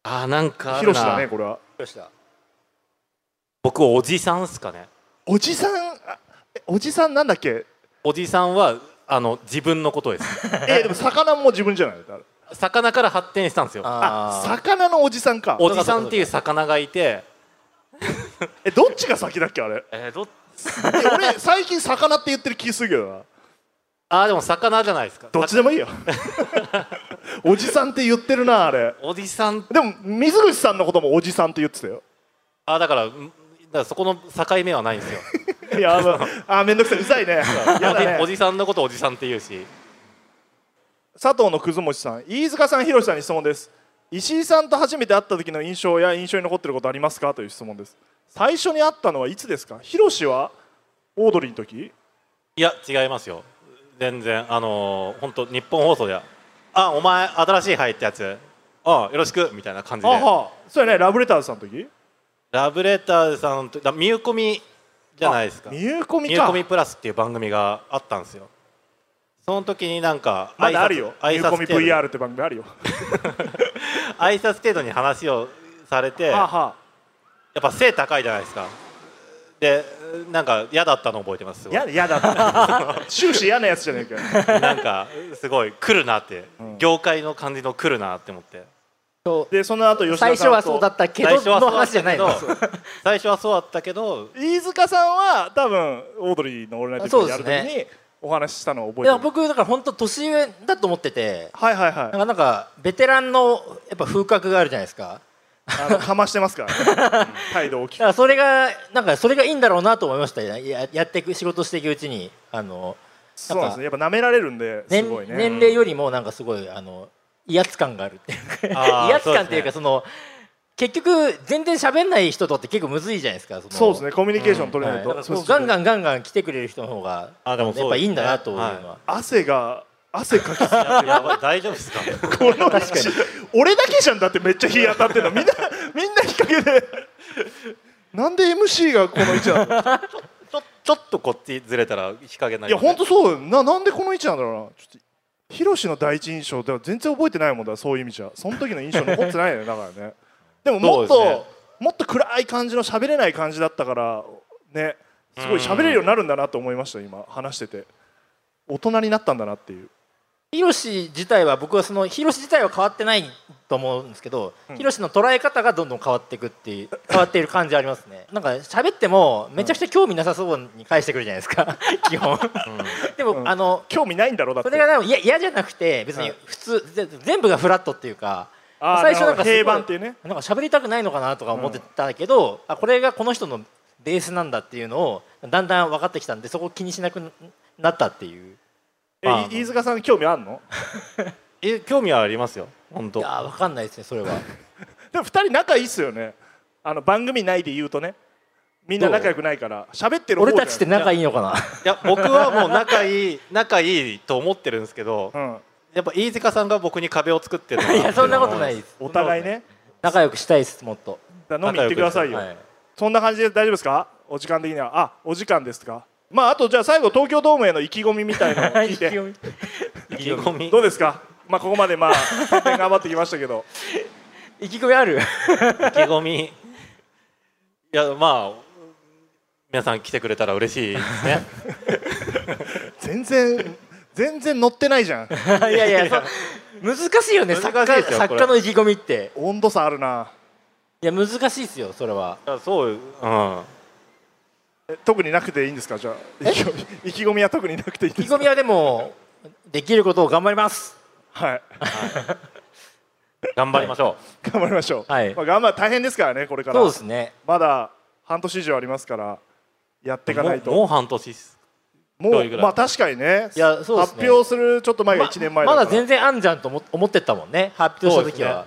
Speaker 2: あーなんかあ
Speaker 1: ヒ
Speaker 2: る
Speaker 1: ロシだ
Speaker 2: な
Speaker 1: ねこれは
Speaker 3: どうした
Speaker 2: 僕おじさんっすかね
Speaker 1: おじさんあえおじさんなんだっけ
Speaker 2: おじさんはあの自分のことです
Speaker 1: えでも魚も自分じゃない
Speaker 2: 魚から発展したんですよ
Speaker 1: あ
Speaker 3: あ
Speaker 1: 魚のおじさんか
Speaker 2: おじさんっていう魚がいて、
Speaker 1: えどっちが先だっけあれ
Speaker 2: えー、ど
Speaker 1: え俺最近魚って言ってる気するけどな
Speaker 2: あーでも魚じゃないですか
Speaker 1: どっちで もいいよおじさんって言ってるなあれ
Speaker 2: おじさん
Speaker 1: でも水口さんのこともおじさんって言ってたよ
Speaker 2: あーだからんだからそこの境目はないんですよ
Speaker 1: いやあ のあめんどくさいうざいねやだね
Speaker 2: おじさんのことおじさんって言うし
Speaker 1: 佐藤のくずもちさん飯塚さんひろしさんに質問です石井さんと初めて会った時の印象や印象に残ってることありますかという質問です最初に会ったのはいつですかひろしはオードリーの時
Speaker 2: いや違いますよ全然あの本、当日本放送で「あお前新しい入ったやつあよろしく」みたいな感じ
Speaker 1: あ
Speaker 2: で
Speaker 1: はそうやねラブレターズさんの時
Speaker 2: ラブレターズさんとだミューコミじゃないですか
Speaker 1: ミューコミ
Speaker 2: ミュー
Speaker 1: か
Speaker 2: コミプラスっていう番組があったんですよその時になんか
Speaker 1: まだあるよミ
Speaker 2: 挨
Speaker 1: ューコミ
Speaker 2: 拶程度
Speaker 1: VR って番組あるよ
Speaker 2: 挨拶程度に話をされて
Speaker 1: はあ
Speaker 2: や
Speaker 1: は
Speaker 2: っぱ背高いじゃないですかでなんか嫌だったの覚えてますす
Speaker 1: あ
Speaker 2: ごい
Speaker 1: ややだな終始嫌なやつじゃねえかよ
Speaker 2: なんかすごい来るなって、
Speaker 1: ん
Speaker 2: 業界の感じの来るなって思って
Speaker 3: そ
Speaker 1: でその後
Speaker 3: う
Speaker 1: 吉田さん
Speaker 3: 最
Speaker 1: と
Speaker 3: 初はそうだったけど
Speaker 2: 最初は
Speaker 3: の
Speaker 2: そうだっ
Speaker 3: 話じ
Speaker 2: た
Speaker 3: ゃな
Speaker 2: け
Speaker 3: い
Speaker 2: ど
Speaker 3: の
Speaker 2: 最初はそうだったけど
Speaker 1: 飯塚さんは多分オードリーの「オールナイトニッポン」やる時
Speaker 3: そうです
Speaker 1: にお話ししたのを覚
Speaker 3: いや
Speaker 1: えてる
Speaker 3: 僕だから本当年上だと思ってて
Speaker 1: はいはいはい
Speaker 3: なんかなんかベテランのやっぱ風格があるじゃないですか
Speaker 1: あのかましてますから、ね、態度大きく
Speaker 3: だから それがなんかそれがいいんだろうなと思いましたねややっていく仕事していくうちにあの
Speaker 1: そうなんですねやっぱ舐められるんです
Speaker 3: 年
Speaker 1: ごいね
Speaker 3: 年齢よりもなんかすごいあの威圧感があるっていう
Speaker 2: あ
Speaker 3: か
Speaker 2: ー
Speaker 3: 威圧感っていうか
Speaker 2: そ
Speaker 3: その結局全然喋んない人とって結構むずいじゃないですかその
Speaker 1: そうですねコミュニケーション取れないと、
Speaker 3: はい、
Speaker 1: そうそうそう
Speaker 3: ガンガンガンガン来てくれる人の方が
Speaker 2: あでもそうですね
Speaker 3: やっぱいいんだなと思うのは、
Speaker 1: 汗が汗かきすぎて
Speaker 2: やばい大丈夫ですか
Speaker 1: この俺だけじゃんだってめっちゃ日当たってんのみんなみんな日陰でなんで MC がこの位置なの
Speaker 2: ちょちょっとこっちずれたら日陰にない
Speaker 1: や本当そうだよななんでこの位置なんだろうなちょっとヒロシの第一印象では全然覚えてないもんだそういう意味じゃその時の印象残ってないよねだからねでももっ
Speaker 2: そ
Speaker 1: と、
Speaker 2: うですね
Speaker 1: もっと暗い感じの喋れない感じだったからねすごい喋れるようになるんだなと思いました今話してて大人になったんだなっていう
Speaker 3: ヒロシ自体は僕はそのヒロシ自体は変わってないと思うんですけど、ヒロシの捉え方がどんどん変わっていくっていう変わっている感じありますねなんか喋ってもめちゃくちゃ興味なさそうに返してくるじゃないですか基本、でも、
Speaker 1: うん
Speaker 3: あの
Speaker 1: 興味ないんだろうだって
Speaker 3: それがでもいや嫌じゃなくて別
Speaker 1: は
Speaker 3: に
Speaker 1: い
Speaker 3: 普通、ぜ全部がフラットっていうか
Speaker 1: あー
Speaker 3: 最初なんかすごい
Speaker 1: なるほど平板っていうね
Speaker 3: なんか喋りたくないのかなとか思ってたけど、あこれがこの人のベースなんだっていうのをだんだん分かってきたんでそこを気にしなくなったっていう
Speaker 1: え
Speaker 2: まあ
Speaker 1: 飯塚さん興味あんの
Speaker 2: え興味はありますよ本
Speaker 3: い
Speaker 2: 当
Speaker 3: やー分かんないですねそれは
Speaker 1: でも2人仲いいっすよねあの番組内で言うとねみんな仲良くないから喋ってる方
Speaker 3: 俺
Speaker 1: じゃない
Speaker 3: たちって仲いいのかない
Speaker 2: や僕はもう仲い い仲いいと思ってるんですけど
Speaker 1: うん
Speaker 2: やっぱ飯塚さんが僕に壁を作ってるの
Speaker 3: いやそんなことないいです
Speaker 1: お互いね
Speaker 3: 仲良くしたいですもっと、
Speaker 1: だから飲み行ってくださいよ、
Speaker 3: はい、
Speaker 1: そんな感じで大丈夫ですかお時間的にはあお時間ですかまああとじゃあ最後東京ドームへの意気込みみたいなのを聞いて
Speaker 2: 意気込み
Speaker 1: どうですかまあここまでまあ宣伝頑張ってきましたけど
Speaker 3: 意気込みあ
Speaker 2: 意
Speaker 3: る
Speaker 2: 気込みいやまあ皆さん来てくれたら嬉しいです ね
Speaker 1: 全然全然乗ってないじゃん
Speaker 3: いやいやそう難しいよね
Speaker 2: 難しい
Speaker 3: 作家
Speaker 2: ですよこ
Speaker 3: 作
Speaker 2: れ
Speaker 3: 家の意気込みって
Speaker 1: 温度差あるない
Speaker 3: や難しいですよそれはい
Speaker 2: やそううん
Speaker 1: え特になくていいんですかじゃあ意気込み意気込みは特になくていいん
Speaker 3: 意
Speaker 1: で
Speaker 3: 気
Speaker 1: すか
Speaker 3: 込みはでもできることを頑張ります
Speaker 1: はい
Speaker 2: 頑張りましょ
Speaker 1: 頑張りましょう、
Speaker 3: はい
Speaker 1: まあ、頑張る大変ですからねこれから
Speaker 3: そうですね
Speaker 1: まだ半年以上ありますからやって
Speaker 2: う、
Speaker 1: いかないと
Speaker 2: もうもう半年っす
Speaker 1: も
Speaker 2: どういうぐらい
Speaker 1: まあ確かにね
Speaker 3: いやそうですね
Speaker 1: 発表するちょっと前が1年前だ
Speaker 3: ま
Speaker 1: から、
Speaker 3: だ全然あんじゃんと思思ってたもんね発表した時は、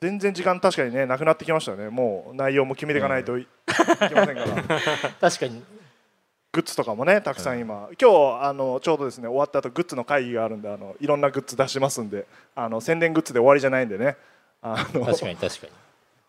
Speaker 1: 全然時間確かにねなくなってきましたねもう内容も決めていかないとい,、けませんからグ
Speaker 3: 確かに
Speaker 1: ッズとかもねたくさん今、今日あのちょうどですね終わった後グッズの会議があるんであのいろんなグッズ出しますんであの宣伝グッズで終わりじゃないんでねあの
Speaker 3: 確か に確かに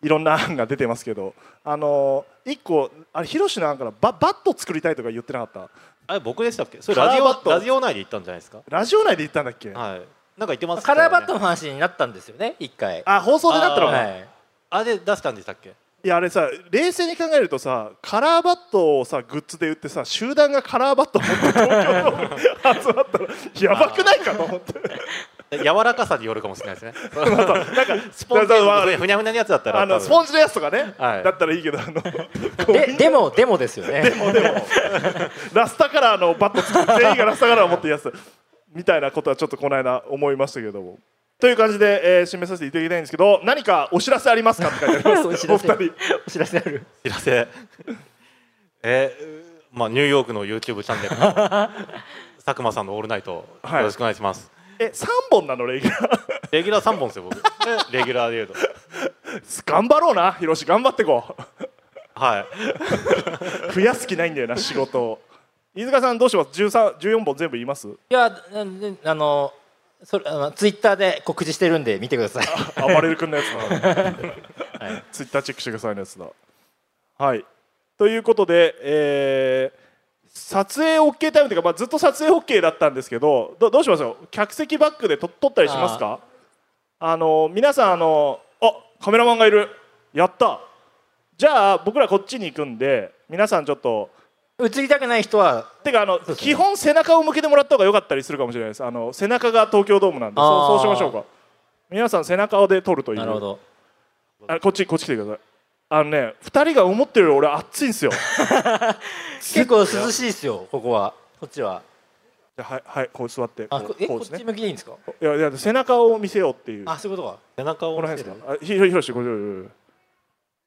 Speaker 1: いろんな案が出てますけどあの一個あれ広ロシの案からババット作りたいとか言ってなかった
Speaker 2: あれ僕でしたっけそれラジ
Speaker 1: カラーバッ
Speaker 2: オ
Speaker 1: ト
Speaker 2: ラジオ内で言ったんじゃないですか
Speaker 1: ラジオ内で言ったんだっけ、
Speaker 2: はいなんか言ってます
Speaker 3: カラーバット
Speaker 2: の
Speaker 3: の話になったんですよね一回
Speaker 1: あ放送でなったのか、
Speaker 2: あ
Speaker 1: い、
Speaker 3: はい
Speaker 2: あれ出したんでしたっけ
Speaker 1: やあれさ冷静に考えるとさカラーバットをさグッズで売ってさ集団がカラーバットを持って東京の集まったらやばくないかと思って
Speaker 2: 柔らかさによるかもしれないですね
Speaker 1: なんか
Speaker 2: スポンジ
Speaker 1: だから
Speaker 2: のふにゃふにゃのやつだったら
Speaker 1: あ
Speaker 2: 多
Speaker 1: の
Speaker 2: 分
Speaker 1: スポンジのやつとかね、
Speaker 2: はい
Speaker 1: だったらいいけどあの
Speaker 3: ででもでもですよ ね
Speaker 1: ラスタカラーのバット作って全員がラスタカラーを持ってるやつみたいなことはちょっとこの間思いましたけども。という感じで、えー締めさせていただきたいんですけど何かお知らせありますかって書いてあります
Speaker 3: お知
Speaker 1: お
Speaker 3: らせ
Speaker 1: 二人
Speaker 3: お知らせある
Speaker 2: 知らせえーまあニューヨークの YouTube チャン ネル佐久間さんの「オールナイト」
Speaker 1: はい
Speaker 2: よろしくお願いします、
Speaker 1: え3本なのレギュラー
Speaker 2: レギュラー3本ですよ 僕でレギュラーで言う
Speaker 1: 頑張ろうなヒロシ頑張ってこ
Speaker 2: とはいう
Speaker 1: 増やす気ないんだよな仕事を飯塚さんどうします13 14本全部言います
Speaker 3: いやなんであのそれあのツイッターで告知してるんで見てくださ い
Speaker 1: 暴れる君のやつだ、ツイッターチェックしてくださいのやつだはいということで、えー撮影 OK タイムというか、まあ、ずっと撮影 OK だったんですけどどどうしますよ客席バックでと撮ったりしますかあの皆さんあのあカメラマンがいるやったじゃあ僕らこっちに行くんで皆さんちょっと
Speaker 3: 映りたくない人は
Speaker 1: てかあの、
Speaker 3: そうですね
Speaker 1: 基本背中を向けてもらった方が良かったりするかもしれないですあの背中が東京ドームなんで
Speaker 3: あー
Speaker 1: そうそうしましょうか皆さん背中で撮るといい
Speaker 3: なるほど
Speaker 1: あこっちこっち来てくださいあのね2人が思ってるより俺暑いんですよ
Speaker 3: 結構涼しいですよここはこっちは
Speaker 1: じゃあはいはいこう座って
Speaker 3: あ
Speaker 1: こ
Speaker 3: こ
Speaker 1: う
Speaker 3: え
Speaker 1: こ
Speaker 3: こ
Speaker 1: う
Speaker 3: っ
Speaker 1: ですね
Speaker 3: ち向きでいいんですか
Speaker 1: いやいや背中を見せようっていうこ
Speaker 3: あそういうことか
Speaker 2: 背中
Speaker 1: の
Speaker 2: を見
Speaker 1: 辺
Speaker 2: せ
Speaker 1: で
Speaker 2: る
Speaker 1: すかあひろひろしこれ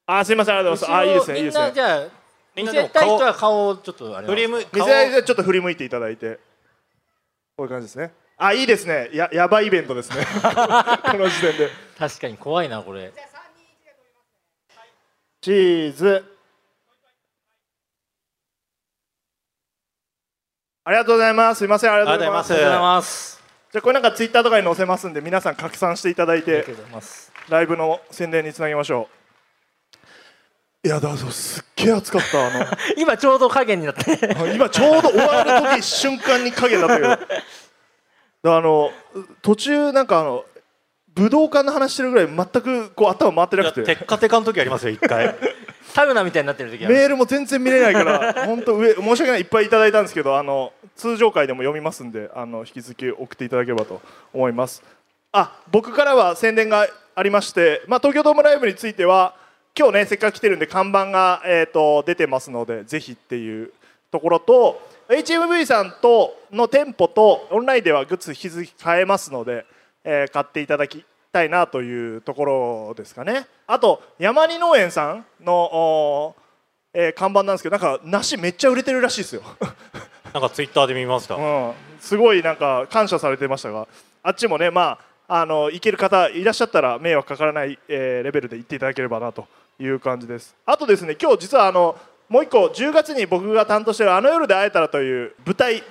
Speaker 1: あすいませんありがとうございますあいいですねいいで
Speaker 3: みん
Speaker 1: す
Speaker 3: な
Speaker 1: ね
Speaker 3: じゃあ
Speaker 2: み
Speaker 3: 見
Speaker 2: んな
Speaker 3: せ
Speaker 2: でも
Speaker 3: たい人
Speaker 2: 顔
Speaker 3: は顔をちょっとあれ
Speaker 2: フリーム
Speaker 1: 見
Speaker 2: 顔
Speaker 1: せ合いでちょっと振り向いていただいてこういう感じですねあいいですねややばいイベントですね この時点で
Speaker 3: 確かに怖いなこれ
Speaker 1: チーズありがとうございますすいませんありがとうございます
Speaker 2: あ
Speaker 3: あ
Speaker 2: りが
Speaker 3: り
Speaker 2: とうございま
Speaker 3: がとうございます
Speaker 1: じゃあこれなんかツイッターとかに載せますんで皆さん拡散していただい
Speaker 3: あり
Speaker 1: て
Speaker 3: がとうございます
Speaker 1: ライブの宣伝につなげましょういやだからすっげえ暑かったあ
Speaker 3: 今ちょうど影になって
Speaker 1: の 今ちょうど終わる時瞬間に影だったけどだからあの途中なんかあの武道館の話してるぐらい全くこう頭回って
Speaker 2: い
Speaker 1: な
Speaker 2: や
Speaker 1: く
Speaker 2: テ
Speaker 1: て
Speaker 2: ッカテカの時ありますよ一 回
Speaker 3: サウナみたいになってる時ある
Speaker 1: メールも全然見れない から本当上申し訳ないいっぱいいただいたんですけどあの通常回でも読みますんであの引き続き送っていただければと思いますあ僕からは宣伝がありまして、まあ、東京ドームライブについては今日ねせっかく来てるんで看板が、えー、と出てますのでぜひっていうところと HMV さんとの店舗とオンラインではグッズ引き続き買えますので、えー買っていただきたいなというところですかねあと山に農園さんのおーえー看板なんですけどなんか梨めっちゃ売れてるらしいですよ、
Speaker 2: なんかツイッターで見ました、
Speaker 1: うん、すごいなんか感謝されてましたがあっちもねまああの行ける方いらっしゃったら迷惑かからない、えーレベルで行っていただければなという感じですあとですね今日実はあのもう一個10月に僕が担当してる「あの夜で会えたら」という舞台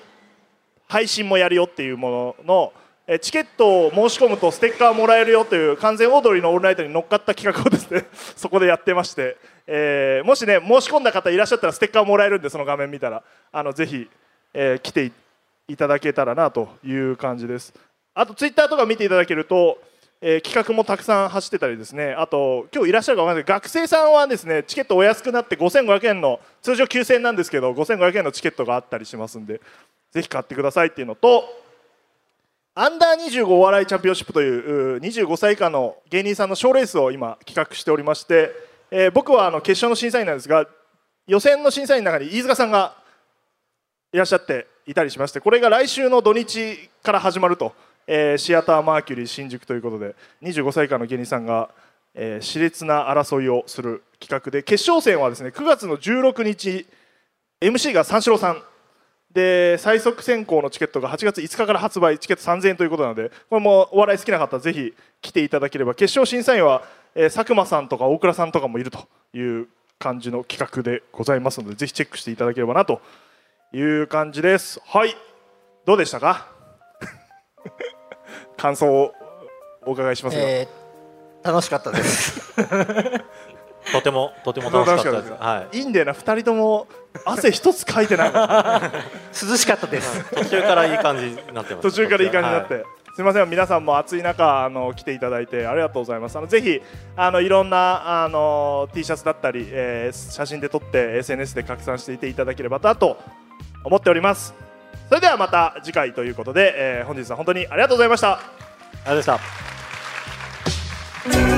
Speaker 1: 配信もやるよっていうもののえーチケットを申し込むとステッカーもらえるよという完全オードリーのオールナイトに乗っかった企画をですね そこでやってまして、えーもしね申し込んだ方いらっしゃったらステッカーもらえるんでその画面見たらあのぜひ、えー来ていいただけたらなという感じですあとツイッターとか見ていただけると、えー企画もたくさん走ってたりですねあと今日いらっしゃるか分かんないですけど学生さんはですねチケットお安くなって5500円の通常9000円なんですけど5500円のチケットがあったりしますんでぜひ買ってくださいっていうのとアンダー25お笑いチャンピオンシップといううー25歳以下の芸人さんの賞レースを今企画しておりまして、えー僕はあの決勝の審査員なんですが予選の審査員の中に飯塚さんがいらっしゃっていたりしましてこれが来週の土日から始まると、えーシアターマーキュリー新宿ということで25歳以下の芸人さんが、えー熾烈な争いをする企画で決勝戦はですね9月の16日 MC が三四郎さんで最速選考のチケットが8月5日から発売チケット3000円ということなのでこれもお笑い好きな方はぜひ来ていただければ決勝審査員は、えー佐久間さんとか大倉さんとかもいるという感じの企画でございますのでぜひチェックしていただければなという感じですはいどうでしたか 感想をお伺いしますが、
Speaker 3: えー楽しかったです
Speaker 2: とてもとても楽しかった
Speaker 1: 楽
Speaker 2: で
Speaker 1: し
Speaker 2: す。
Speaker 1: かっ
Speaker 2: はい。
Speaker 1: いいんだよな2人とも汗一つかいてない
Speaker 3: 涼しかったです。
Speaker 2: 途中からいい感じになってま す。
Speaker 1: 途中からいい感じになって、
Speaker 2: はい
Speaker 1: すみません皆さんも暑い中あの来ていただいてありがとうございますあのぜひあのいろんなあの T シャツだったり、えー写真で撮って SNS で拡散していていただければなと思っておりますそれではまた次回ということで、えー本日は本当にありがとうございました
Speaker 2: ありがとうございまし
Speaker 4: 「
Speaker 2: た。